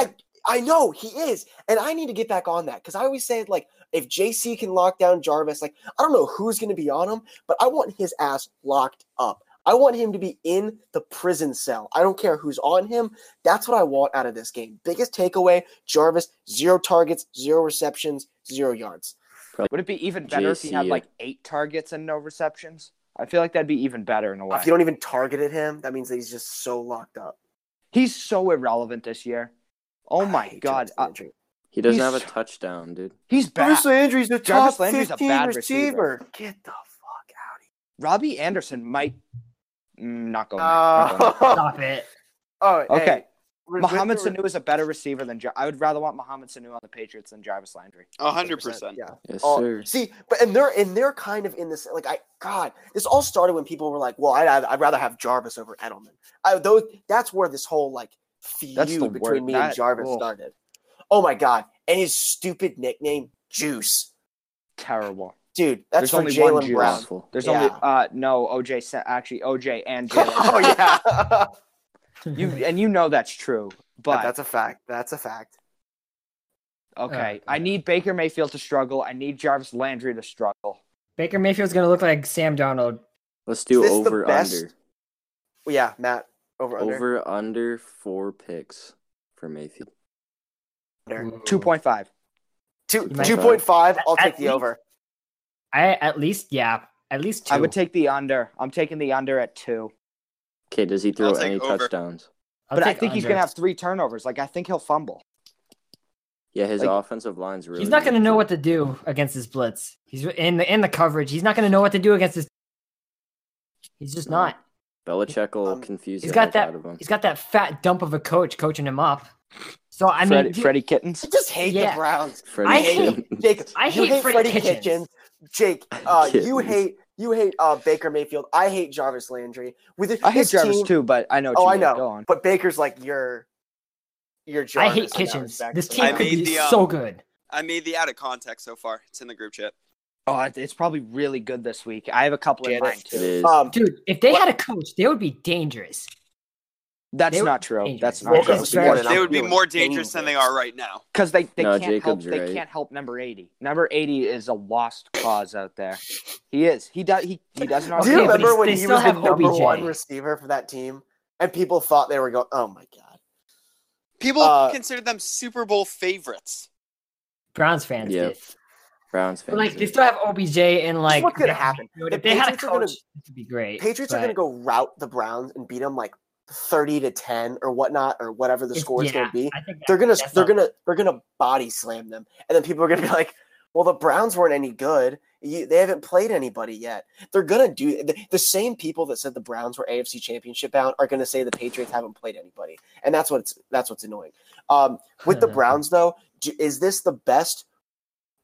I know he is, and I need to get back on that because I always say like if JC can lock down Jarvis, like I don't know who's going to be on him, but I want his ass locked up. I want him to be in the prison cell. I don't care who's on him. That's what I want out of this game. Biggest takeaway: Jarvis zero targets, zero receptions, zero yards.
Would it be even better if he had
JC.
like eight targets and no receptions? I feel like that'd be even better in a way.
If you don't even target at him, that means that he's just so locked up.
He's so irrelevant this year. Oh
I
my
hate
god,
Jarvis
uh,
Landry.
He doesn't
He's-
have a touchdown, dude.
he's bad.
Jarvis Landry's the
Jarvis
top
Landry's a
fifteen
bad receiver.
receiver. Get the fuck out
Robbie Anderson might mm, not go. there.
of
Not going
here.
there.
Stop it.
Oh, Uh, hey,
Okay.
with- with
Mohamed
the-
Sanu is a better receiver than. Jar- I would rather want Mohamed Sanu on the Patriots than Jarvis Landry.
A hundred percent.
Yeah.
Yes,
All-
sir.
see, but and they're and they're kind of in this like I God, this all started when people were like, "Well, I'd, I'd rather have Jarvis over Edelman." I, those that's where this whole like feud
That's the
between
word-
me
that-
and Jarvis
oh.
started. Oh my God! And his stupid nickname, Juice.
Terrible.
dude,
There's
that's for
only one
Jalen
Jew.
Brown.
Awful.
There's
Yeah.
only uh no OJ sa- actually OJ and Jalen.
oh yeah,
you and you know that's true. But
that's uh, a fact. That's a fact.
okay,
Oh,
I need Baker Mayfield to struggle. I need Jarvis Landry to struggle.
Baker Mayfield's gonna look like Sam Donald.
Let's do
Is this the
over
best
under.
Well, yeah, Matt over under.
Over under four picks for Mayfield.
under.
Two point five.
Two
You might-
two point five. I'll
At
take the
least-
over.
I at least yeah, at least two.
I would take the under. I'm taking the under at two.
Okay, does he throw
I'll take
any
over.
touchdowns?
I'll
but I
take
think he's
under.
gonna have three turnovers. Like I think he'll fumble.
Yeah, his
Like-
offensive line's really.
He's not going to
good,
know
too.
what to do against his blitz. He's in the in the coverage. He's not going to know what to do against his. He's just
No.
not.
Belichick will
Um,
confuse
He's
the
got
heck
that.
out of him.
He's got that fat dump of a coach coaching him up. So I
Freddie,
mean, dude,
Freddie Kittens.
I just hate
Yeah.
the Browns.
Freddie
I
Kitchens.
Jake,
I
you
hate
hate
Freddie
Freddie
Kitchens.
Kitchens. Jake, uh, you
Kitchens.
hate you hate uh, Baker Mayfield. I hate Jarvis Landry. With this,
I hate
this
Jarvis
team-
too, but I know. what
Oh,
you
I
mean.
know.
Go on.
But Baker's like your your
I
Jarvis.
hate
in that
Kitchens.
respect.
This
So
team
I
could
made
be
the, um,
so good.
I made the out of context so far. It's in the group chat.
Oh, it- it's probably really good this week. I have a couple in
Get
mind
it.
It
too.
is.
Um,
Dude, if they had a coach, they would be dangerous.
That's
They were
not true.
dangerous.
That's
Well,
not true.
it's fair
They would be
feeling
more dangerous than they
dangerous.
are right now.
Because they, they
No,
can't
Jacob's
help they
right.
can't help number eighty. Number eighty is a lost cause out there. He is. He does he, he does not
do you
Okay, but
remember
he's-
when
they
he
still
was the
have
number
OBJ.
one receiver for that team, and people thought they were going? Oh my god!
People
Uh,
consider them Super Bowl favorites.
Browns fans
Yeah,
did.
Browns fans.
But like they
are-
still have OBJ and like
what's gonna
they-
happen.
dude,
The
if they had a
Patriots are gonna-
coach, it would be great.
Patriots are
but
going to go rout the Browns and beat them like thirty to ten or whatnot or whatever the
it's-
score is going
yeah,
to be.
I think that-
They're gonna
that's
they're
not-
gonna they're gonna body slam them, and then people are gonna be like, "Well, the Browns weren't any good. You, they haven't played anybody yet." They're gonna do the, the same people that said the Browns were AFC Championship bound are gonna say the Patriots haven't played anybody, and that's what's that's what's annoying. Um, with the Browns though, do, is this the best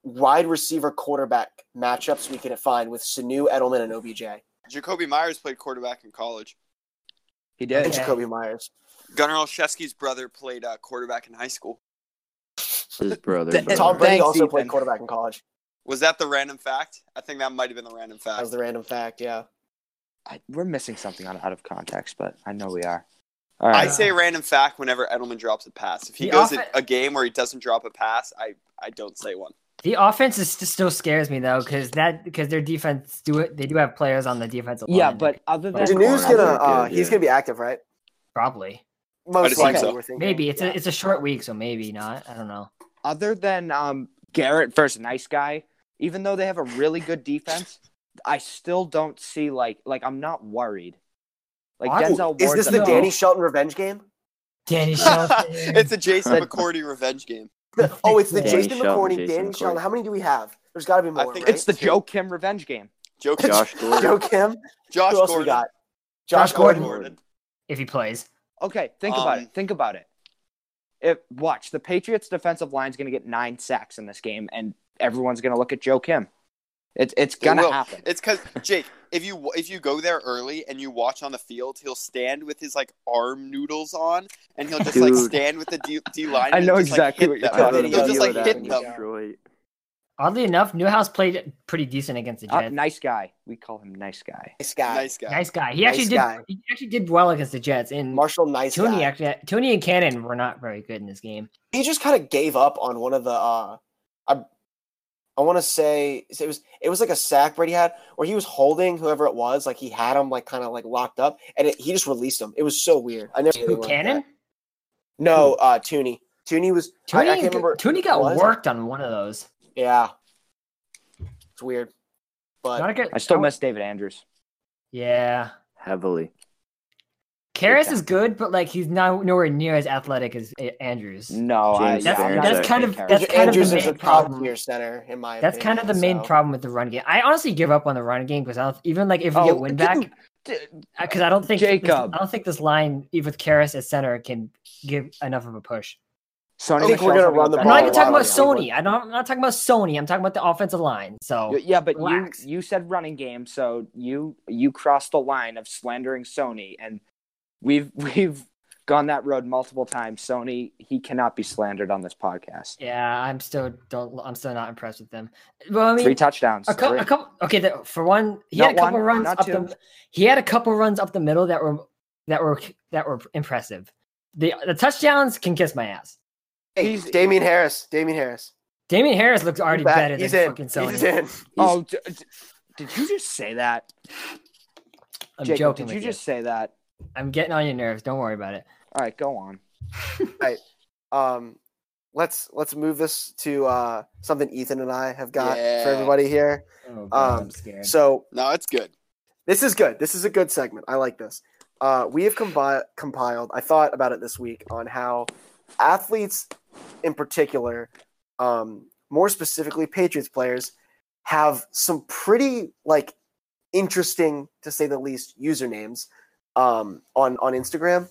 wide receiver quarterback matchups we can find with Sanu, Edelman, and OBJ
Jacoby Myers played quarterback in college.
he
and
did.
Okay.
Jacoby Myers?
Gunnar Olszewski's brother played uh, quarterback in high school.
his brother.
Th-
bro.
Tom Brady
Thanks,
also played
Ethan.
quarterback in college.
Was that the random fact? I think that might have been the random fact.
That was the random fact. Yeah.
I, we're missing something on out of context, but I know we are. All
I
right.
say random fact whenever Edelman drops a pass. If he
The
goes
offen-
a, a game where he doesn't drop a pass, I, I don't say one.
The offense is st- still scares me though, because that because their defense do it. They do have players on the defensive line.
yeah, but other than
Well,
Danu's
corner.
gonna uh,
Yeah.
he's gonna be active, right?
probably
Most
just think
likely,
so.
we're thinking.
maybe it's
Yeah.
a it's a short week, so maybe not. I don't know.
other than um, Garrett versus Nice Guy, even though they have a really good defense, I still don't see like like I'm not worried. Like
I-
Denzel
Is
Ward's
this
a
the
No.
Danny Shelton revenge game?
Danny
it's a Jason
That-
McCourty revenge game.
oh, it's the
Danny
Jason
Shelton,
McCourty,
Jason
Danny
McCourty.
Shelton. How many do we have? There's got to be more.
think
right?
It's the
Two.
Joe Kim revenge game.
Joe
Josh Gordon.
Joe Kim.
Josh
Who else
Gordon.
we got?
Josh Gordon.
Gordon.
if he plays.
Okay, think about
Um,
it. Think about it. If watch the Patriots defensive line's going to get nine sacks in this game, and everyone's going to look at Joe Kim. It's it's
They
going to
will.
happen.
It's because Jake, if you if you go there early and you watch on the field, he'll stand with his like arm noodles on, and he'll just like
Dude.
stand with the D, D line.
I know exactly what you're
I have
talking
a
He'll
about.
just
video
like
of that
hit
in
them.
Detroit.
Oddly enough, Newhouse played pretty decent against the
Uh,
Jets.
nice guy. We call him nice guy.
Nice guy.
Nice guy.
nice guy. He
Nice
actually did.
guy.
He actually did well against the Jets. And
Marshall. Nice
Tony
guy.
actually, Tony and Cannon were not very good in this game.
He just kind of gave up on one of the. uh I, I want to say it was it was like a sack Brady had, where he was holding whoever it was, like he had him like kind of like locked up, and it, he just released him. It was so weird. I never.
Who Cannon?
No, uh, Tooney. Tooney was. I- I,
Tony,
can't remember.
Tony
who it
got
was.
worked on one of those.
Yeah, it's weird. But
Not a good,
I still
don't-
miss David Andrews.
Yeah,
Heavily.
Karras
time.
is good, but like he's not nowhere near as athletic as A- Andrews.
No, I,
James
That's,
I'm not
Andrews.
a big
that's kind of
Karras
that's
Andrew-
kind of
Andrews
the
is a
main
top
problem.
tier center in my.
That's
opinion,
kind of the main
so-
problem with the run game. I honestly give up on the run game because I don't even like if we
Oh,
get win back
dude, d-
because I don't think this-
Jacob.
I don't think this line even with Karras as center can give enough of a push.
Sony
I think
Michel's
we're gonna
having a
run the
bad
I'm
Oh,
not
year.
even talking
wow,
about
yeah.
Sony. I don't, I'm not talking about Sony. I'm talking about the offensive line. So
Y- Yeah, but
relax.
you you said running game, so you you crossed the line of slandering Sony, and we've we've gone that road multiple times. Sony, he cannot be slandered on this podcast.
Yeah, I'm still don't. I'm still not impressed with them. Well, I mean,
three touchdowns.
a, cou-
three.
a couple. Okay, the, for one, he
Not
had a couple
one,
runs
not
up
two.
the. He had a couple runs up the middle that were that were that were impressive. The the touchdowns can kiss my ass.
Hey,
He's-
Damien Harris. Damien Harris.
Damian Harris looks already
He's back.
better
He's
than
in.
fucking Sony.
He's in.
oh, d- d- did you just say that?
I'm
Jacob,
joking.
Did
with
you
you
just say that?
I'm getting on your nerves. Don't worry about it.
All right, go on.
Um, let's let's move this to uh, something Ethan and I have got for
Yeah.
everybody here.
Oh,
God, I'm
I'm scared.
So
No, it's good.
this is good. This is a good segment. I like this. Uh, we have combi- compiled. I thought about it this week on how athletes, in particular, um, more specifically Patriots players, have some pretty like interesting, to say the least, usernames um, on on Instagram.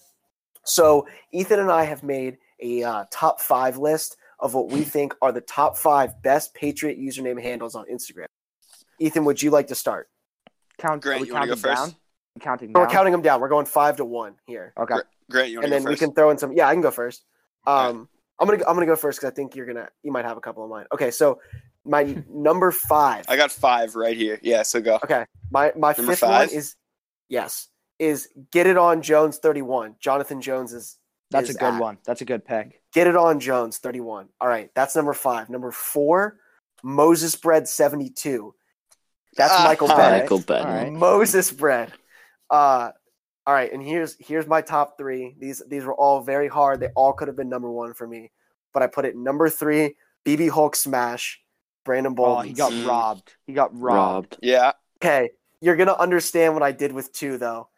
So Ethan and I have made a uh, top five list of what we think are the top five best Patriot username handles on Instagram. Ethan, would you like to start?
Count.
Grant,
are we
you wanna
counting
go first?
down? I'm counting
No,
down.
We're counting them down. We're going five to one here,
Okay.
Grant, you want
and
to
then
go
we
first?
can throw in some. Yeah, I can go first.
right.
Um, I'm gonna I'm gonna go first because I think you're gonna you might have a couple of mine. Okay, so my number five.
I got five right here. Yeah, so go.
My my
Number
fifth
five?
one is yes is get it on Jones 31. Jonathan Jones is
That's a
is
good
at.
one. That's a good pick.
Get it on Jones 31. All right, that's number five. Number four, Moses Bread 72. That's
Ah,
Michael
all
Bennett.
Uh, Michael Bennett.
All right.
Moses bread. Uh, all right, and here's here's my top three. These these were all very hard. They all could have been number one for me, but I put it number three. BB Hulk smash, Brandon Bolden.
Oh, he got
Mm.
robbed. He got robbed.
Robbed.
Yeah.
okay. You're gonna understand what I did with two though,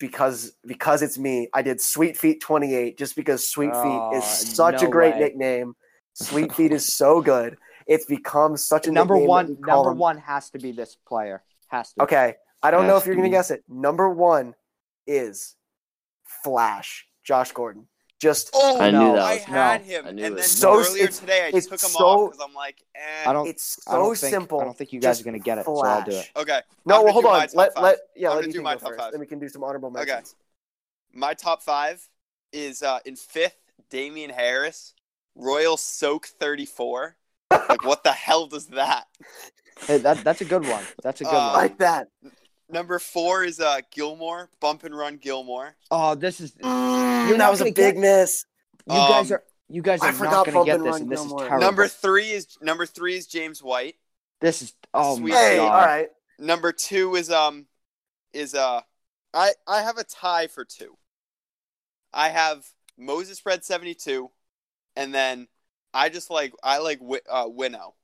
because because it's me. I did Sweet Feet 28 just because Sweet Feet
Oh,
is such a
no
great
way.
nickname. Sweet Feet is so good. It's become such a
Number
nickname that
one.
we call
Number
him.
one has to be this player. Has to. be.
Okay. I don't know
Has
if you're
to
going
be.
to guess it. Number one is Flash, Josh Gordon. Just,
Oh,
I knew
no.
that
I
was-
had
no.
him,
I
and
knew
then
it.
So
earlier
it's-
today I
it's
took him
so-
off because I'm like, eh.
I don't.
it's
I
so
don't think-
simple.
I don't think you guys
Just
are gonna get it, so I'll do
Flash.
it.
Okay,
No,
I'm
well,
gonna
hold
do my
on.
top
Let,
five.
let, yeah,
I'm
let
gonna
you
do
think
my
go
top
first.
five.
Then we can do some honorable
Okay.
mentions.
my top five is uh, in fifth Damian Harris, Royal Soak 34. like, what the hell does that?
Hey, that, that's a good one. That's a good one.
Uh,
Like that.
Number four is uh, Gilmore, Bump and Run Gilmore.
Oh, this is. You
Mm, that
not
was a
gonna
big
get-
miss.
guys
Um,
are. You guys
I
are
forgot
not going
Bump
to get
and
this,
Run
and this is
Gilmore.
terrible.
Number three is number three is James White.
This is. Oh my
Sweet.
Hey,
god.
all right.
Number two is um is uh I I have a tie for two. I have Moses Red 72 and then I just like I like wi- uh Winnow.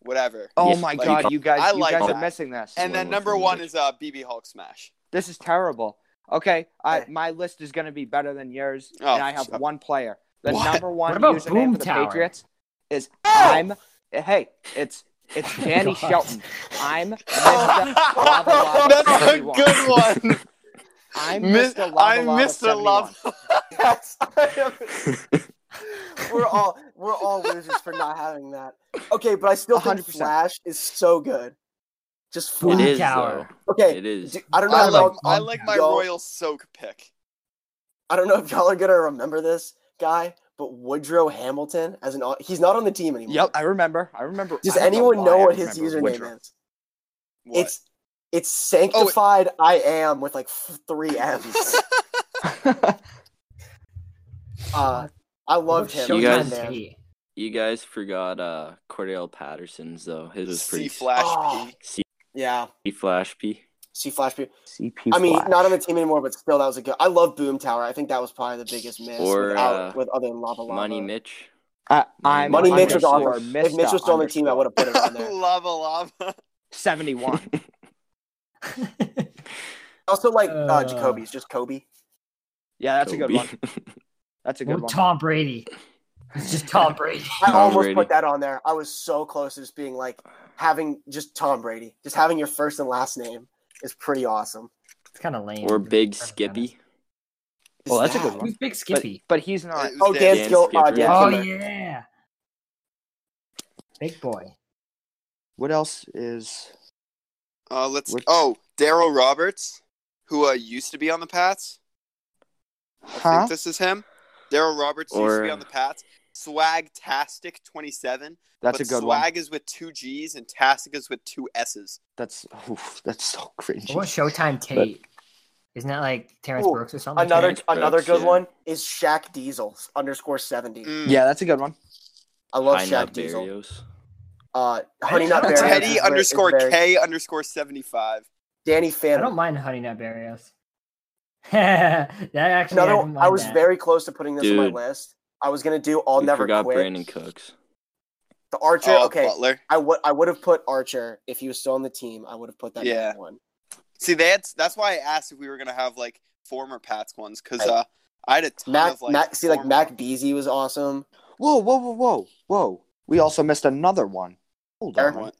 Whatever.
Yeah,
Oh my
like-
god, you guys,
I
you
like
guys
that.
are missing this.
And then
Winnow's
number
really
one
good.
is uh BB Hulk Smash.
This is terrible. Okay, I,
Okay.
my list is going to be better than yours,
Oh,
and I have
shut-
one player. The
What?
number
What
one
about
username
Boom
for the
Tower?
Patriots is I'm. Hey, it's it's
Oh my
Danny
God.
Shelton. I'm Mr. Lava Lava
That's a
31.
good one.
I'm
Miss-
Mr. Lava
I'm
Lava
Mr. Lava.
71.
Yes. we're all we're all losers for not having that. Okay, but I still think
100%.
Flash is so good. Just
It
Flash.
is
Tower.
though.
Okay,
It is.
d- I don't know.
I
how
like
y'all-
I like my
y'all-
Royal Soak pick.
I don't know if y'all are gonna remember this guy, but Woodrow Hamilton as an au- he's not on the team anymore.
Yep, I remember. I remember.
Does
I don't
anyone
why
know
I
what his
remember
username
Woodrow. Oh,
is?
What?
It's it's sanctified. I am with like f- three M's. uh, I loved him.
You
man.
guys- You guys forgot uh Cordell Patterson's though. His was
C
pretty
Flash
Oh.
P.
C
yeah,
Flash P.
see Flash. Pe-
CP
I mean,
Flash.
not on the team anymore, but still, that was a good. I love Boom Tower. I think that was probably the biggest miss
Or,
without,
uh,
with other than Lava Lava.
Money Mitch.
I, Uh, I'm
Money Mitch was on.
underscore
If Mitch was still on the team, I would have put him on there.
lava lava.
seventy-one.
Also, like uh,
Uh,
Jacoby's, just Kobe.
Yeah, that's a good
Kobe.
one. That's a good one.
Tom Brady. It's just Tom Brady.
I
Tom
almost
Brady.
put that on there. I was so close to just being like having just Tom Brady, just having your first and last name is pretty awesome.
It's kind of lame.
or Big
Perfect
Skippy.
Well, that's a
That-
good one.
Who's Big
But,
Skippy?
but he's not.
It was
Oh, Dan,
Dan
Gil- uh,
Skipper.
Dan
oh
Skipper.
yeah, big boy.
What else is?
Uh, let's.
Which-
Oh, Daryl Roberts, who uh, used to be on the Pats. I
Huh?
think this is him. Daryl Roberts used to be
Or-
on the Pats. Swagtastic twenty seven.
That's a
but
good
swag
one.
is with two G's and Tastic is with two S's.
That's oof, that's so cringy.
Oh,
What was Showtime Tate? Isn't that like Terrence
Ooh,
Brooks or something?
Another
Terrence Brooks,
another good
yeah.
one is Shaq Diesel underscore seventy.
Mm.
Yeah, that's a good one.
I love
High
Shaq
nut
Diesel.
Berrios.
Uh, Honey Nut Berry.
Teddy underscore K underscore seventy five.
Danny
I don't
Phantom.
mind Honey Nut Berrios. that actually,
Another
I,
one.
didn't
I
mind
was
that.
very close to putting this on
Dude.
my list. I was gonna do I'll
We
never
forgot
quit.
Brandon Cooks.
The Archer.
Oh,
okay,
Butler.
I would I would have put Archer if he was still on the team. I would have put that
Yeah.
number one.
See, that's that's why I asked if we were gonna have like former Pats ones because
Right.
uh, I had a ton
Mac,
of like.
Mac see like
former-
Mac Beasley was awesome.
Whoa, whoa, whoa, whoa, whoa. We also missed another one. Hold
There.
on.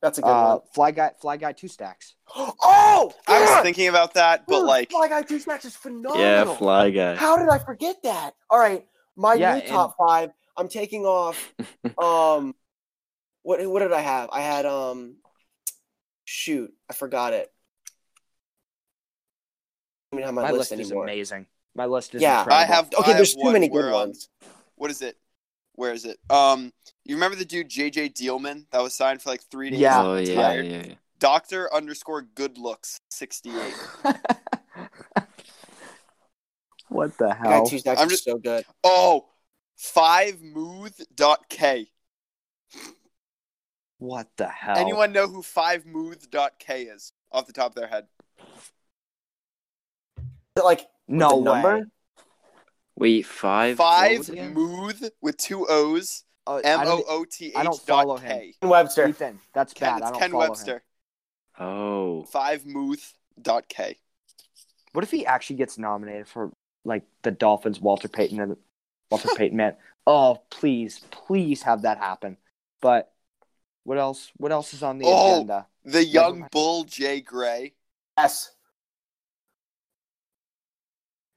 That's a good
Uh, fly guy, fly guy, two stacks.
one. Oh,
I was
God!
thinking about that, but
Dude,
like,
Fly Guy Two Snacks is phenomenal.
Yeah, fly guy.
How did I forget that? All right, my
Yeah,
new
and-
top five. I'm taking off. um, what what did I have? I had um, shoot, I forgot it. I don't even have my,
My
list,
list is
anymore.
amazing. My list is
Yeah.
incredible.
I have
Okay,
I
there's
have
too many
one where,
good
um,
ones.
what is it? Where is it? Um, you remember the dude JJ Dealman that was signed for like three days?
Yeah.
oh yeah,
tired.
yeah, yeah.
Doctor underscore good looks sixty eight.
what the
Guy
hell?
Two Snacks
I'm
is
just-
so good.
Oh, five mooth dot k.
What the hell?
Anyone know who five mooth dot k is off the top of their head?
Is it like
No
the
way.
number?
Wait, five. what
Five
was it again?
mooth with two O's.
Uh, I
M
don't-
O O T
I don't
H
follow
dot
him.
K.
Webster.
Ethan, that's
Ken,
bad. I
it's
don't
Ken
follow him.
Webster.
Oh,
Five mooth dot K.
What if he actually gets nominated for like the Dolphins, Walter Payton, and Walter Payton man? Oh, please, please have that happen. But what else? What else is on the
Oh.
agenda?
The young
mind.
bull Jay Gray.
Yes.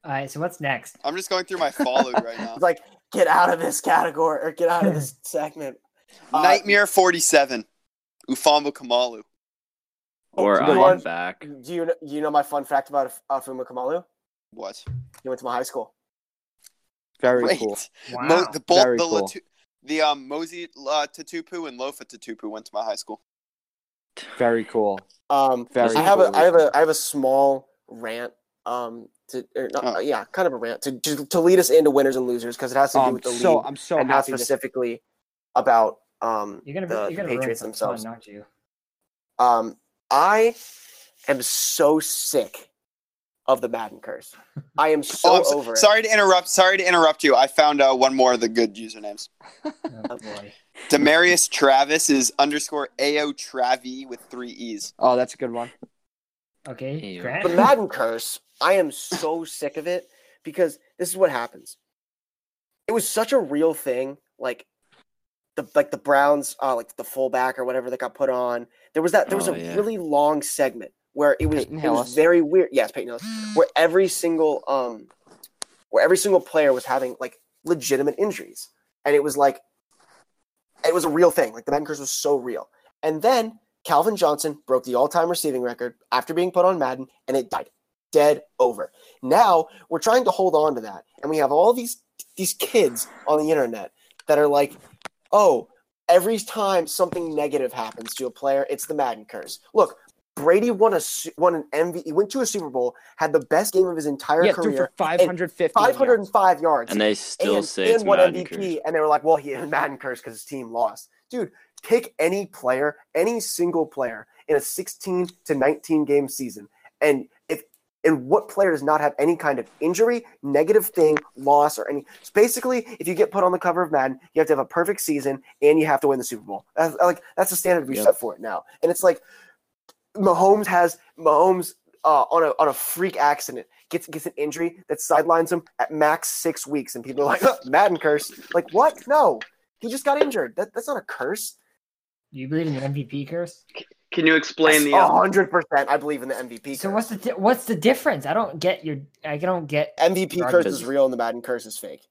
All right, so what's next?
I'm just going through my followed right now.
It's like get out of this category or get out of this segment. Uh,
Nightmare 47. Ufambo Kamalu.
or
it's a good
I'm
one.
back.
Do you know, you know my fun fact about Af- Afuma Kamalu?
What?
He went to my high school.
Very
Great.
cool.
Wow.
Mo- the bull,
Very
the,
cool.
Latu- the um, Mosey uh, Tatupu and Lofa Tatupu went to my high school.
Very cool.
Um,
Very
I have
cool.
a I have a I have a small rant. Um, to or not,
Oh.
yeah, kind of a rant to, to to lead us into winners and losers because it has to do
Um,
with the
so
league
I'm so
and not
happy. This,
specifically about um
You're gonna
the,
be,
the
you're gonna ruin
Patriots
some
themselves.
fun, aren't you?
Um, I am so sick of the Madden curse. I am so
Oh, I'm so-
over it.
Sorry to interrupt. Sorry to interrupt you. I found uh, one more of the good usernames.
Oh boy.
Demarius Travis is underscore AO Travi with three E's.
oh, that's a good one.
Okay,
Ew.
Grant.
the Madden curse, I am so sick of it because this is what happens. It was such a real thing, like the like the Browns, uh, like the fullback or whatever that got put on. There was that there was
Oh,
a
yeah.
really long segment where it was,
Peyton
it was
Hillis.
very weird. Yes, Peyton Hillis, where every single um, where every single player was having like legitimate injuries, and it was like it was a real thing. Like the Madden curse was so real, and then Calvin Johnson broke the all-time receiving record after being put on Madden, and it died dead over. Now we're trying to hold on to that, and we have all these these kids on the internet that are like, "Oh, every time something negative happens to a player, it's the Madden curse." Look, Brady won a su- won an MVP, he went to a Super Bowl, had the best game of his entire
Yeah, threw
career,
for 550.
five hundred and five yards,
And they still
and,
say
and
it's
won
Madden
MVP,
curse.
and they were like, "Well, he had Madden curse because his team lost." Dude, pick any player, any single player in a 16 to 19 game season, and if and what player does not have any kind of injury, negative thing, loss, or any? It's basically, if you get put on the cover of Madden, you have to have a perfect season and you have to win the Super Bowl. That's, uh, like that's the standard we
Yep.
set for it now, and it's like Mahomes has Mahomes uh, on a on a freak accident gets gets an injury that sidelines him at max six weeks, and people are like, Madden curse. Like what? No, he just got injured. That, that's not a curse.
You believe in the MVP curse?
Can you explain the?
A
Uh,
hundred percent. I believe in the MVP.
So
curse.
what's the di- what's the difference? I don't get your. I don't get.
MVP
Run
curse
business.
is real, and the Madden curse is fake.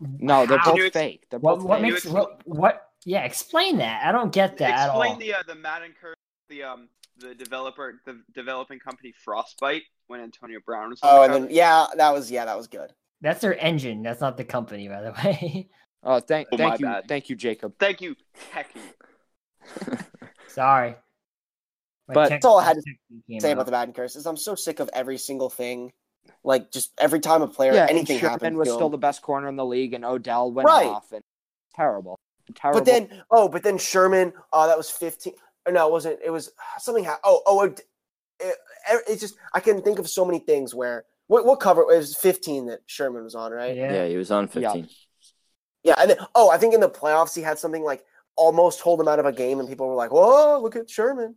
No, they're both
How?
Can you ex-
fake. They're both
What what
fake.
you
makes what what? Yeah, explain that. I don't get that at all.
explain the uh, the Madden curse. The um the developer the developing company Frostbite
when Antonio Brown was. on
Oh,
the
and
cover.
then yeah, that was yeah, that was good.
That's their engine. That's not the company, by the way.
Oh, thank,
Oh, my
thank you,
bad.
thank you, Jacob.
thank you, Techie.
Sorry. My
But-
tech-
That's all I had to
tech came
Say
out.
about the Madden curse is I'm so sick of every single thing, like just every time a player
yeah,
anything
and Sherman
happens.
was
to
still
him.
the best corner in the league, and Odell went
Right.
off and terrible, terrible.
but then oh, but then Sherman, oh that was 15. or No, it wasn't. It was something. Ha- oh oh, it, it, it's just I can think of so many things where what what cover it was 15 that Sherman was on, right?
Yeah.
yeah, he was on 15.
Yeah, and then oh, I think in the playoffs he had something like almost hold him out of a game, and people were like, "Whoa, look at Sherman."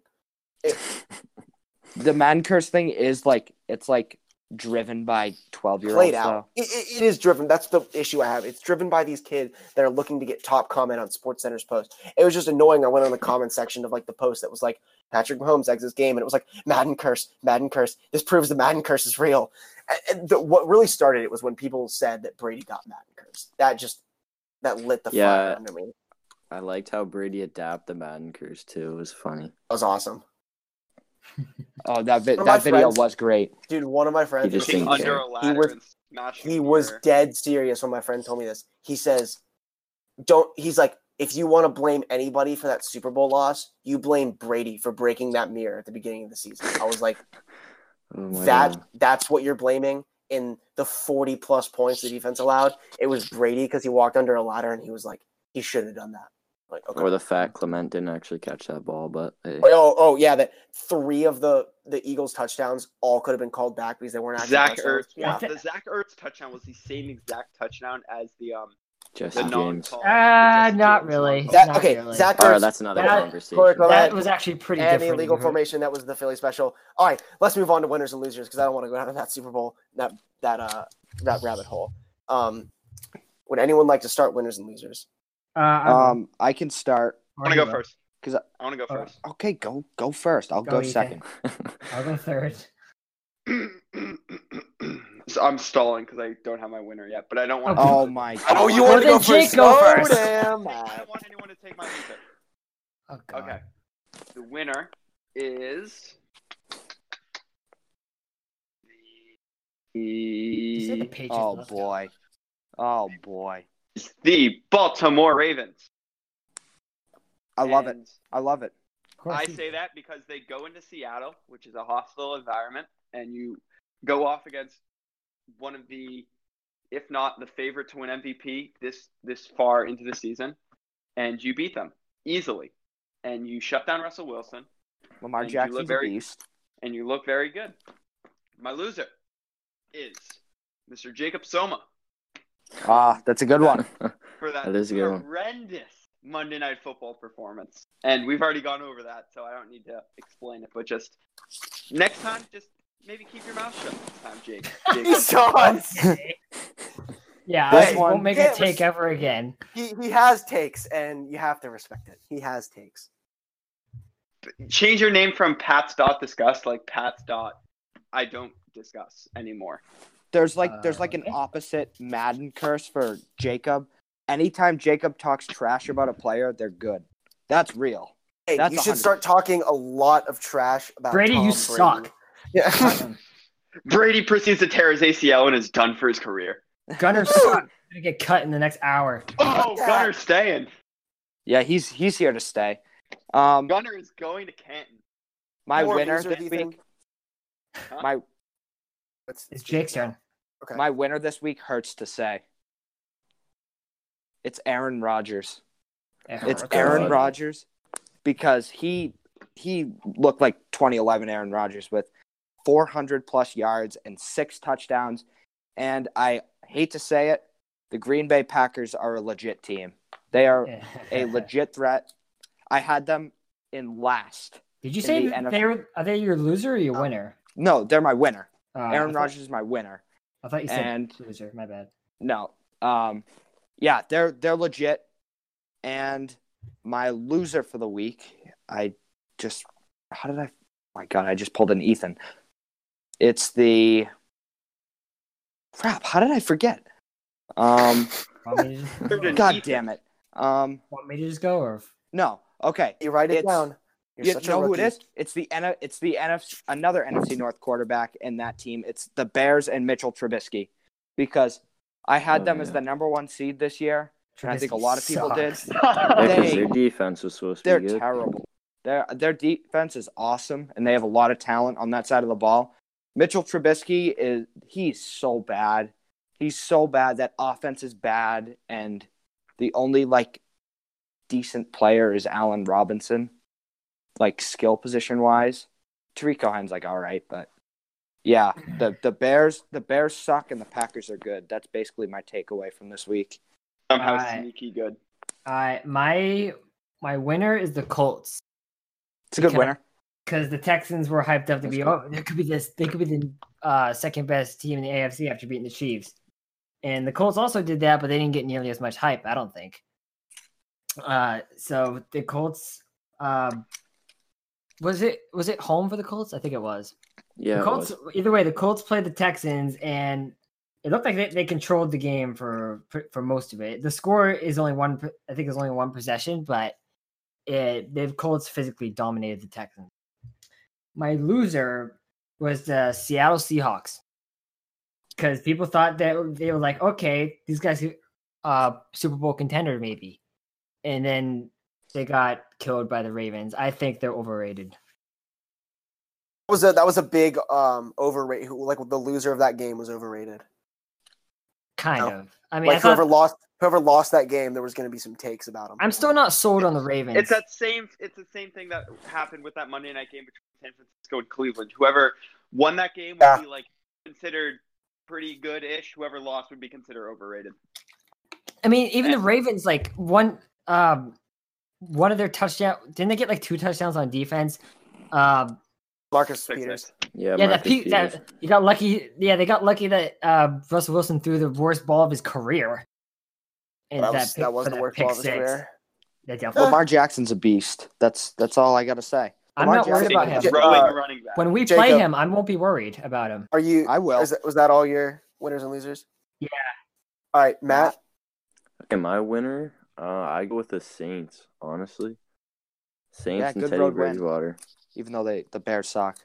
the man curse thing is like it's like driven by twelve year olds.
Played out.
though.
It, it, it is driven. That's the issue I have. It's driven by these kids that are looking to get top comment on Sports Center's post. It was just annoying. I went on the comment section of like the post that was like Patrick Mahomes exits game, and it was like Madden curse, Madden curse. This proves the Madden curse is real. A- And the, what really started it was when people said that Brady got Madden curse. That just that lit the
Yeah.
fire under me.
I liked how Brady adapted the Madden curse too. It was funny.
That was awesome,
Oh, that vi-
One of my
that video
friends-
was great.
dude. One of my friends.
just
Came
didn't
under
care.
a ladder
was-
and smashed.
he
the
was
mirror.
dead serious when my friend told me this. He says, "Don't." He's like, "If you want to blame anybody for that Super Bowl loss, you blame Brady for breaking that mirror at the beginning of the season." I was like,
Oh my
"That
God.
that's what you're blaming." In the 40 plus points the defense allowed, it was Brady because he walked under a ladder and he was like, he should have done that. Like, okay.
Or the fact Clement didn't actually catch that ball, but hey,
oh, oh, yeah, that three of the the Eagles touchdowns all could have been called back because they weren't actually
Zach
touchdowns.
Ertz.
Yeah.
The Zach Ertz touchdown was the same exact touchdown as the um
Jesse
the non
James.
call.
Ah, not really.
Zach-
Not
okay,
really.
Zach
Oh,
Ertz,
that's another
That-
conversation.
Corey Clement-
That was actually pretty
and the
different.
illegal
You heard-
formation. That was the Philly special. All right, let's move on to winners and losers because I don't want to go down that Super Bowl that that uh that rabbit hole. Um, would anyone like to start winners and losers?
Uh, I'm-
Um, I can start.
I want to go
I'll
first.
'Cause I-
I want to go
Alright.
first.
Okay, go go first. I'll
Go,
go
Ethan.
second.
I'll go third.
so I'm stalling because I don't have my winner yet, but I don't want.
Oh my god.
Oh, you
Well,
wanna
then
go
Jake
first?
go
Oh,
first.
Damn.
I don't want anyone to take my winner.
Oh, God.
Okay. The winner is.
You said the
The,
Patriots
Oh
lost.
boy. Oh boy.
the Baltimore Ravens.
I love it.
And
I love it.
Of course
I
you-
say that because they go into Seattle, which is a hostile environment, and you go off against one of the, if not the favorite to win MVP this this far into the season, and you beat them easily, and you shut down Russell Wilson,
Lamar
And you look
Jackson's
very-
a beast.
and you look very good. My loser is Mr. Jacob Soma
Ah, that's a good one.
for that,
That is a good one.
horrendous Monday Night Football performance. And we've already gone over that, so I don't need to explain it. But just next time, just maybe keep your mouth shut this time, Jake.
He
Jake.
sucks.
Yeah,
This
I
one-
won't make a
Yeah, it
take
was-
ever again.
he he has takes, and you have to respect it. He has takes.
Change your name from Pat's dot disgust like Pat's dot. I don't discuss anymore.
There's like there's
Uh,
like an
okay.
opposite Madden curse for Jacob. Anytime Jacob talks trash about a player, they're good. That's real.
Hey,
That's
you should
100.
start talking a lot of trash about
Brady,
Tom
you
Brady.
suck.
Yeah.
Brady proceeds to tear his ACL and is done for his career.
Gunner suck. Gonna get cut in the next hour.
Oh,
Yeah.
Gunner's staying.
Yeah, he's he's here to stay. Um,
Gunner is going to Canton.
my
More
winner
loser, do
this
you
week.
think?
My
That's-
It's Jake's turn.
Okay.
my winner this week hurts to say. It's Aaron Rodgers. It's
God.
Aaron
God.
Rodgers because he he looked like 2011 Aaron Rodgers with 400 plus yards and six touchdowns. And I hate to say it, the Green Bay Packers are a legit team. They are a legit threat. I had them in last.
Did you say
the
that
NFL
they were? Are they your loser or your winner?
No, they're my winner.
Uh, I
Aaron
thought-
Rodgers is my winner.
I thought you said
and
loser. My bad.
No. Um, yeah, they're they're legit. And my loser for the week, I just how did I? my God, I just pulled an Ethan. It's the crap. How did I forget? Um,
Want me to just,
Third and
God
Ethan.
damn it. Um,
want me to just go or?
no. Okay,
You write it
It's-
down. You're
you
such a
know who it
rookie.
is? It's the N- it's the NFC another NFC North quarterback in that team. It's the Bears and Mitchell Trubisky, because I had
Oh,
them as
yeah.
the number one seed this year. And I think a lot of people did.
Yeah, 'cause
They-
their defense was supposed to
They're
be good.
terrible. Their their defense is awesome, and they have a lot of talent on that side of the ball. Mitchell Trubisky is he's so bad. He's so bad. That offense is bad, and the only like decent player is Allen Robinson, like skill position wise. Tariq Cohen's like all right, but yeah, the the Bears the Bears suck and the Packers are good. That's basically my takeaway from this week.
Somehow
Alright.
sneaky good.
Uh, my my winner is the Colts.
It's a good
Can I-
winner.
because the Texans were hyped up to
That's
be
cool.
oh they could be this they could be the uh, second best team in the AFC after beating the Chiefs, and the Colts also did that, but they didn't get nearly as much hype. I don't think. Uh, so the Colts, um, was it was it home for the Colts? I think it was.
Yeah,
the
it
Colts.
was.
Either way, the Colts played the Texans, and it looked like they, they controlled the game for, for for most of it. The score is only one. p- I think it's only one possession, but it the Colts physically dominated the Texans. My loser was the Seattle Seahawks because people thought that they were like, okay, these guys are uh, Super Bowl contender maybe, and then they got killed by the Ravens. I think they're overrated.
That was a that was a big um overrated. Who, like the loser of that game was overrated.
Kind
No.
of. I mean, I
Like
thought-
whoever lost whoever lost that game, there was going to be some takes about him.
I'm still not sold on the Ravens.
It's that same. It's the same thing that happened with that Monday night game between San Francisco and Cleveland. Whoever won that game would
Yeah.
be like considered pretty good-ish. Whoever lost would be considered overrated.
I mean, even the Ravens, like one, um, one of their touchdown. Didn't they get like two touchdowns on defense? Um,
Marcus
Six
Peters.
Yeah,
yeah, that,
Marcus
pe-
Peters.
that you got lucky. Yeah, they got lucky that uh, Russell Wilson threw the worst ball of his career. And
That was,
pick-
that was
for
the worst
pick
ball of his
six.
career.
That definitely-
Lamar Jackson's a beast. That's that's all I gotta say.
I'm
Lamar
not worried
Jackson
about
is
him.
Throwing
Uh,
a running back.
When we play
Jacob.
him, I won't be worried about him.
Are you?
I will.
Is that, was that all your winners and losers?
Yeah.
All right, Matt.
Okay, my winner, uh, I go with the Saints, honestly. Saints
Yeah,
and
good
Teddy
road win.
Bridgewater.
even though they the Bears suck.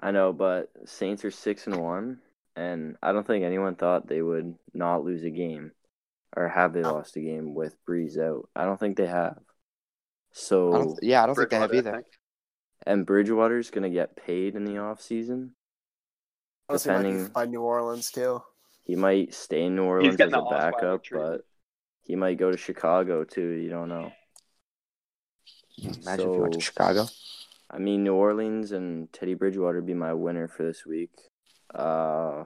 I know, but Saints are six and one, and I don't think anyone thought they would not lose a game, or have they lost a game with Breeze out? I don't think they have.
I
So
don't, yeah, I don't think they have
Bridgewater, I
either.
think.
and Bridgewater's gonna get paid in the offseason.
Honestly, might be
Depending-
by New Orleans too.
He might stay in New Orleans as
getting
a
the Osweiler
backup,
treatment.
but he might go to Chicago too. You don't know.
Imagine if you went to
So-
Chicago.
I mean, New Orleans and Teddy Bridgewater be my winner for this week. Uh,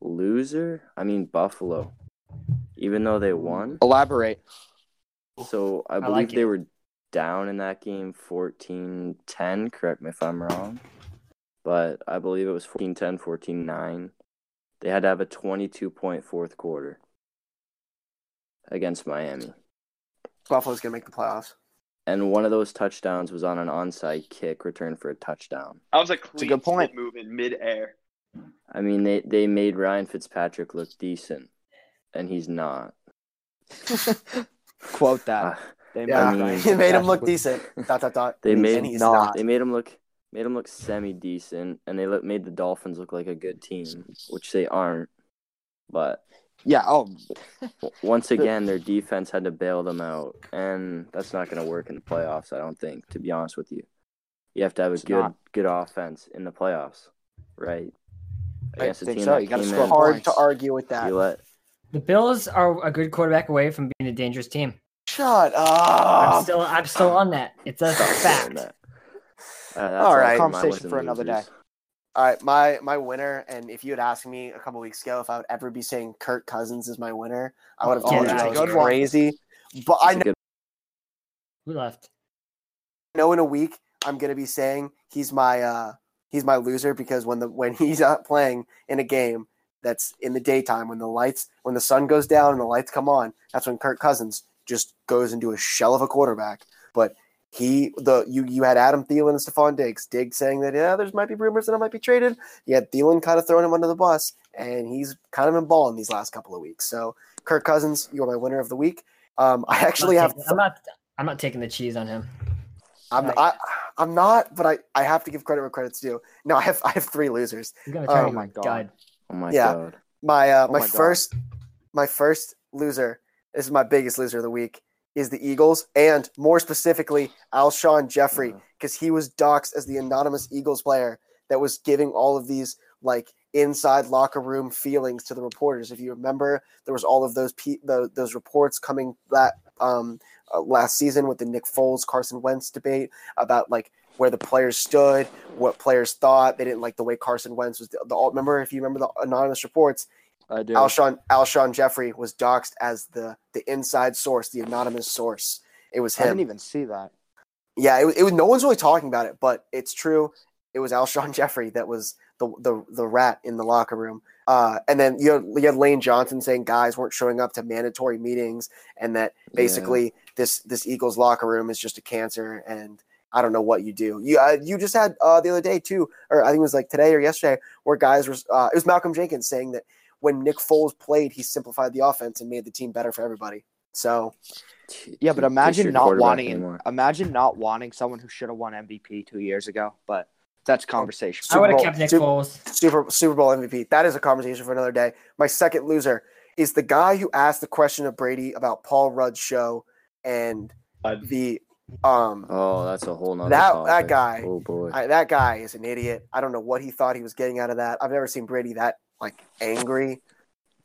loser? I mean, Buffalo. Even though they won.
Elaborate.
So I believe
like it.
they were down in that game 14 10. Correct me if I'm wrong. But I believe it was 14 10, 14 9. They had to have a 22 point fourth quarter against Miami.
Buffalo's gonna make the playoffs.
And one of those touchdowns was on an onside kick return for a touchdown.
That was a clean
good point.
split move in midair.
I mean, they, they made Ryan Fitzpatrick look decent, and he's not.
Quote
Uh,
that. They
Yeah,
mean,
it made him look decent. Dot dot dot.
They
And
made-
he's
no,
not.
they made him look made him look semi decent, and they look, made the Dolphins look like a good team, which they aren't. But
Yeah. Oh,
w- once again, their defense had to bail them out, and that's not going to work in the playoffs. I don't think, to be honest with you, you have to have a
It's
good
not.
good offense in the playoffs, right?
I
Against a
think
team
so.
that
You gotta
came
score
in,
Hard
points.
to argue with that.
you let
The Bills are a good quarterback away from being a dangerous team.
Shut
I'm
up.
still, I'm still on that. It's a
stop doing
fact.
that. Uh, that's
All right.
for my
Conversation
wins and
for another
losers.
day.
All right, my my winner, and if you had asked me a couple weeks ago if I would ever be saying Kirk Cousins is my winner, I would have
Oh,
told you
that's
I
a
was
good one.
crazy. But
That's
I
a
know,
good
Who left?
know in a week I'm gonna be saying he's my uh he's my loser because when the when he's not playing in a game that's in the daytime when the lights when the sun goes down and the lights come on, that's when Kirk Cousins just goes into a shell of a quarterback. But he the you you had Adam Thielen and Stephon Diggs. Diggs saying that yeah, there's might be rumors that I might be traded. You had Thielen kind of throwing him under the bus, and he's kind of been balling these last couple of weeks. So Kirk Cousins, you're my winner of the week. Um, I
I'm
actually
not
have
taking- I'm not. I'm not taking the cheese on him.
I'm
Nice.
I, I'm not, but I, I have to give credit where credit's due. No, I have I have three losers.
I'm gonna
Oh
turn
my
my
God.
god.
Oh my
Yeah.
god.
My uh, my,
my God.
first my first loser. This is my biggest loser of the week. Is the Eagles and more specifically Alshon Jeffrey because he was doxxed as the anonymous Eagles player that was giving all of these like inside locker room feelings to the reporters. If you remember, there was all of those pe- tho- those reports coming that um, uh, last season with the Nick Foles Carson Wentz debate about like where the players stood, what players thought. They didn't like the way Carson Wentz was. The, the remember if you remember the anonymous reports,
I do.
Alshon Alshon Jeffrey was doxxed as the the inside source, the anonymous source. It was
I
him.
didn't even see that.
yeah, it, was- it was. No one's really talking about it, but it's true. It was Alshon Jeffrey that was the the the rat in the locker room. Uh, and then you had, you had Lane Johnson saying guys weren't showing up to mandatory meetings, and that basically this this Eagles locker room is just a cancer. And I don't know what you do. You uh, you just had uh, the other day too, or I think it was like today or yesterday, where guys were. Uh, it was Malcolm Jenkins saying that when Nick Foles played, he simplified the offense and made the team better for everybody. So
Yeah, but
Takes
imagine
your
not
quarterback
wanting
anymore.
imagine not wanting someone who should have won MVP two years ago. But that's conversation.
Super
I would have
Bowl-
kept Nick
Super-
Foles.
Super Super Bowl MVP. That is a conversation for another day. My second loser is the guy who asked the question of Brady about Paul Rudd's show and the um
Oh, that's a whole nother
That- that
topic.
guy.
Oh boy.
I, that guy is an idiot. I don't know what he thought he was getting out of that. I've never seen Brady that like angry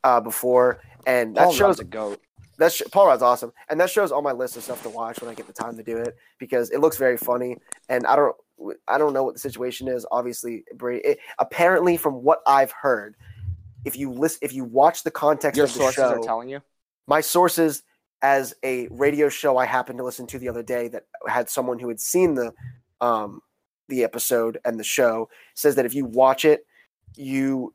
uh, before, and that
Paul
shows
Rudd's a goat.
that sh- Paul Rudd's awesome, and that shows on my list of stuff to watch when I get the time to do it because it looks very funny. And I don't, I don't know what the situation is. Obviously, Brady. It, apparently, from what I've heard, if you list, if you watch the context
Your
of the
sources
show,
are telling you.
my sources as a radio show I happened to listen to the other day that had someone who had seen the um, the episode and the show says that if you watch it, you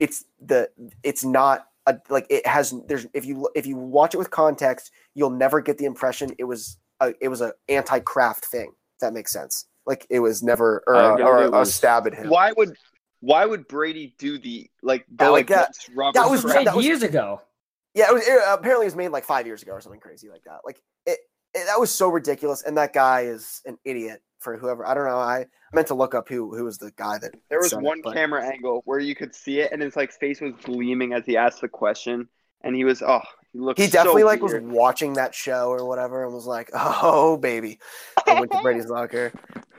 it's the it's not a, like it has there's if you if you watch it with context, you'll never get the impression it was a, it was a anti craft thing. If that makes sense. Like it was never or,
I
a,
think
or
it
a, a
was-
star stab at him.
Why would why would Brady do the like
Yeah,
go
like that-
against Robert?
Oh, that was-
Kraft?
that
Right, years ago.
Yeah, it was, it, apparently it was made like five years ago or something crazy like that. Like it, it, that was so ridiculous, and that guy is an idiot for whoever. I don't know. I meant to look up who who was the guy that
There was
said it,
one
but-
camera angle where you could see it, and his like face was gleaming as he asked the question, and he was oh, he looked.
He
so
definitely like was
weird.
watching that show or whatever, and was like, "Oh baby," I went to Brady's locker.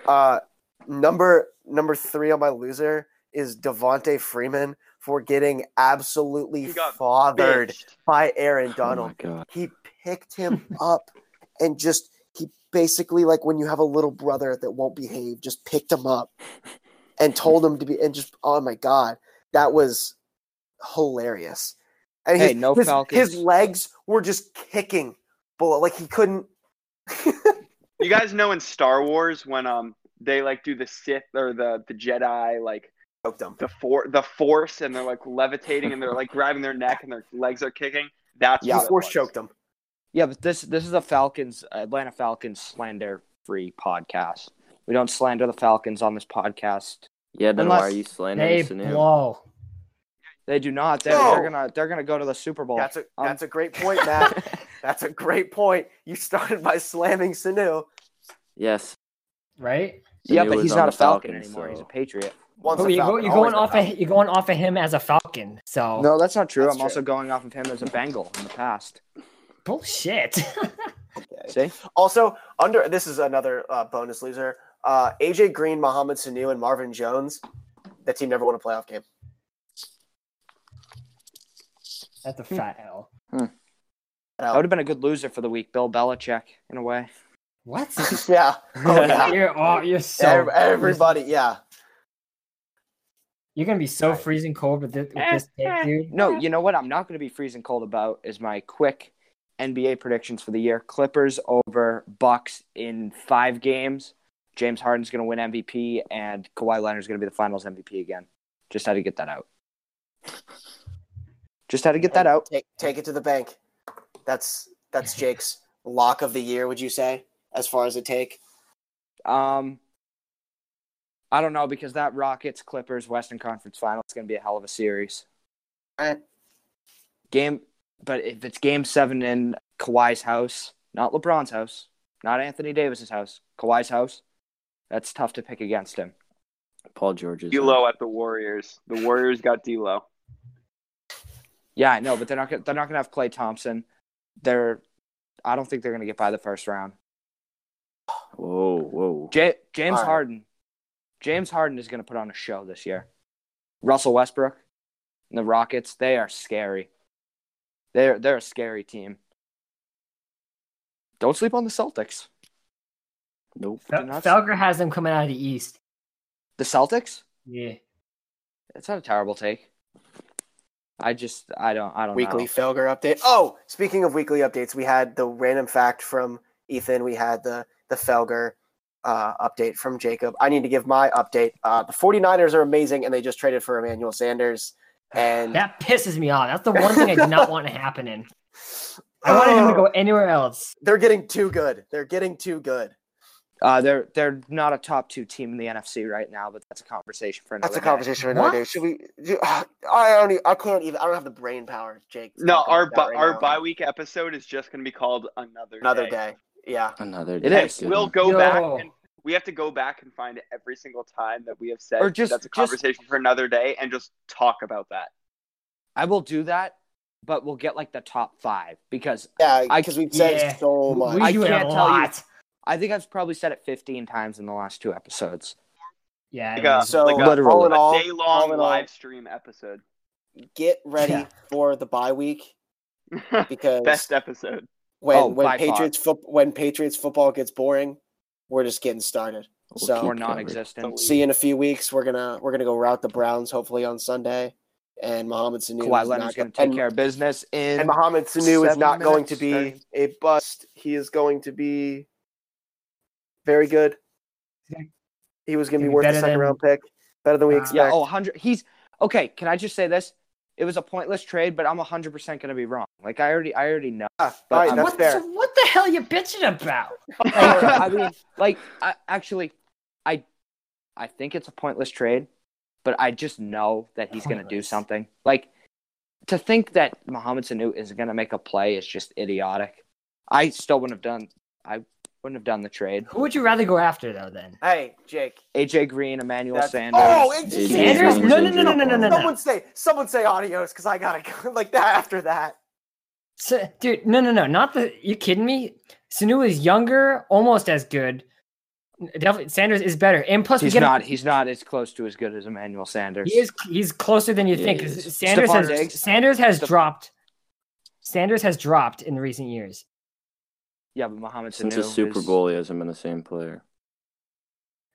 Uh, number number three on my loser is Devonte Freeman for getting absolutely
He got
fathered
Bitched.
by Aaron
Oh
Donald.
my god.
he picked him up and just he basically like when you have a little brother that won't behave just picked him up and told him to be and just oh my god that was hilarious and
Hey,
his,
no
his,
Falcons.
his legs were just kicking but like he couldn't
You guys know in Star Wars when um they like do the Sith or the the Jedi like
choked him
the for the Force, and they're like levitating and they're like grabbing their neck and their legs are kicking. That's
yeah,
what
he
it
force
was.
choked him
Yeah, but this this is a Falcons Atlanta Falcons slander free podcast. We don't slander the Falcons on this podcast.
Yeah, then why
Unless
are you slandering
They
Sanu?
blow.
They do not. They're,
No.
they're gonna they're gonna go to the Super Bowl.
that's a
Um,
that's a great point matt that's a great point you started by slamming sanu
Yes.
Right?
yeah,
Sanu
but
was
he's
on
not a
the
Falcon
Falcons,
anymore.
so-
He's a Patriot.
once
Oh,
a
you go,
Falcon,
you're
always
going
a
off.
Falcon.
Of, you're going off of him as a Falcon. So
No, that's not true.
That's
I'm
true.
also going off of him as a Bengal in the past.
bullshit.
See,
Also, under this is another uh, bonus loser. Uh, AJ Green, Mohamed Sanu, and Marvin Jones. That team never won a playoff game.
That's a fat L.
that would have been a good loser for the week. Bill Belichick, in a way.
What?
Yeah. Oh, yeah.
you're all, you're so
Ev- everybody, yeah.
You're gonna be so freezing cold with this, with this take, dude.
No, you know what? I'm not going to be freezing cold about is my quick NBA predictions for the year. Clippers over Bucks in five games. James Harden's going to win MVP, and Kawhi Leonard's going to be the Finals MVP again. Just had to get that out. Just had to get that out.
Take, take it to the bank. That's that's Jake's lock of the year. Would you say, as far as a take?
Um, I don't know because that Rockets Clippers Western Conference Final is going to be a hell of a series.
Alright.
Game, but if it's Game Seven in Kawhi's house, not LeBron's house, Not Anthony Davis's house. Kawhi's house. That's tough to pick against him.
Paul George's.
D'Lo at the Warriors. The Warriors got D'Lo.
Yeah, I know, but they're not gonna, they're not going to have Clay Thompson. They're I don't think they're going to get by the first round.
Whoa, whoa.
J- James
All right.
Harden. James Harden is going to put on a show this year. Russell Westbrook and the Rockets, they are scary. They're they're a scary team. Don't sleep on the Celtics.
Nope.
Do not-
Felger has them coming out of the East.
The Celtics?
Yeah.
It's not a terrible take. I just I don't I don't
Weekly
know.
Felger update. Oh, speaking of weekly updates, we had the random fact from Ethan. We had the the Felger uh, update from Jacob. I need to give my update. Uh, the 49ers are amazing, and they just traded for Emmanuel Sanders. And
That pisses me off. That's the one thing I did not want to happen in. I wanted him to go anywhere else.
they're getting too good. They're getting too good.
Uh, they're they're not a top two team in the NFC right now, but that's a conversation for another.
That's a
day.
conversation for another
What?
day. Should we? Do, I don't. Even, I can't even. I don't have the brain power, Jake. to
No,
talk
our
about
bi-
that right
our
now.
bye week episode is just going to be called another
another day. Yeah.
Another
It
day.
is.
Good
We'll
one.
go back
Yo.
and we have to go back and find every single time that we have said
Or just-
that's a
just-
conversation for another day and just talk about that.
I will do that, but we'll get like the top five because
Yeah,
I-
because we've said
Yeah.
so
We
much.
I
do it a
can't tell you-
lot.
I think I've probably said it 15 times in the last two episodes.
Yeah.
Like, uh,
it is.
so
like a-
literally. all in
a
all,
day long
all in all,
live stream episode.
get ready
Yeah.
for the bye week because
Best episode.
when
Oh,
when
by far.
Patriots foot when Patriots football gets boring, we're just getting started.
We'll
so-
keep
Or
covered.
non-existent.
See you in a few weeks. We're gonna we're gonna go route the Browns hopefully on Sunday, and Mohamed Sanu
Kawhi Leonard's
is not
going
going
to take care of business
And
in.
Mohamed Sanu is
seven
not going to
minutes,
be
thirty.
a bust. He is going to be very good. He was going
Gonna
to be
be
worth a
better
second
than-
round pick, better than we
Uh,
expect.
Yeah, oh, 100. He's okay. Can I just say this? It was a pointless trade, but I'm 100 percent going to be wrong. Like I already, I already know.
Yeah,
but
all right,
I'm-
that's
what,
fair.
so what the hell are you bitching about?
I mean, like I, actually, I, I think it's a pointless trade, but I just know that he's going to do
Pointless.
something. Like to think that Mohamed Sanu is going to make a play is just idiotic. I still wouldn't have done. I wouldn't have done the trade.
Who would you rather go after though? Then
Hey, Jake.
AJ Green, Emmanuel
That's-
Sanders.
Oh, it's
AJ
Sanders?
Green's
No, no,
injury
no, no, no, no,
problem.
no.
Someone say, someone say adios, because I gotta go like that after that.
So, dude, no, no, no, not the. You kidding me? Sanu is younger, almost as good. Definitely, Sanders is better, and plus
He's
we get a-
not. He's not as close to as good as Emmanuel Sanders.
He is. He's closer than you
Yeah,
think.
he
'cause
is.
Sanders
Stephon
has.
Diggs.
Sanders has
Steph-
dropped. Sanders has dropped in recent years.
Yeah, but Mohamed Sanu.
Since the Super
is-
Bowl, he hasn't been the same player.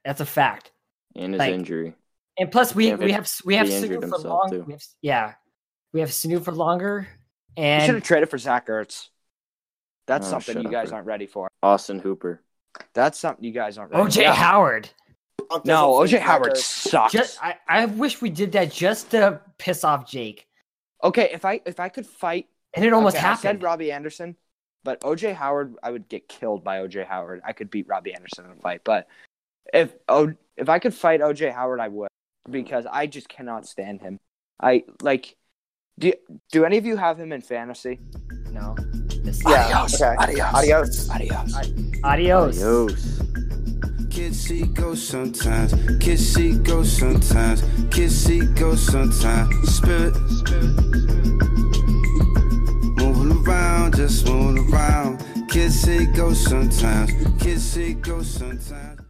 That's a fact.
And his
Like,
injury.
And plus, we
David-
we have we have
he injured
Sanu for
himself,
long.
too.
We have, yeah, we have Sanu for longer.
You should have
And
traded for Zach Ertz. That's
Oh,
something
shut
you
up,
guys
bro.
aren't ready for.
Austin Hooper.
That's something you guys aren't ready
OJ
for.
Howard.
No, OJ Howard sucks.
Just I, I wish we did that just to piss off Jake,
okay, if I if I could fight
and it almost
okay, I
happened.
said Robbie Anderson, but OJ Howard, I would get killed by OJ Howard. I could beat Robbie Anderson in a fight, but if o, if I could fight OJ Howard, I would because I just cannot stand him. I like. Do do any of you have him in fantasy?
no. This-
Yeah. Okay. Adios. Adios.
Adios.
Adios.
Adios.
Kids see ghosts sometimes. Kids see ghosts sometimes. Kids see ghosts sometimes. Spirit. Moving around, just moving around. Kids see ghosts sometimes. Kids see ghosts sometimes.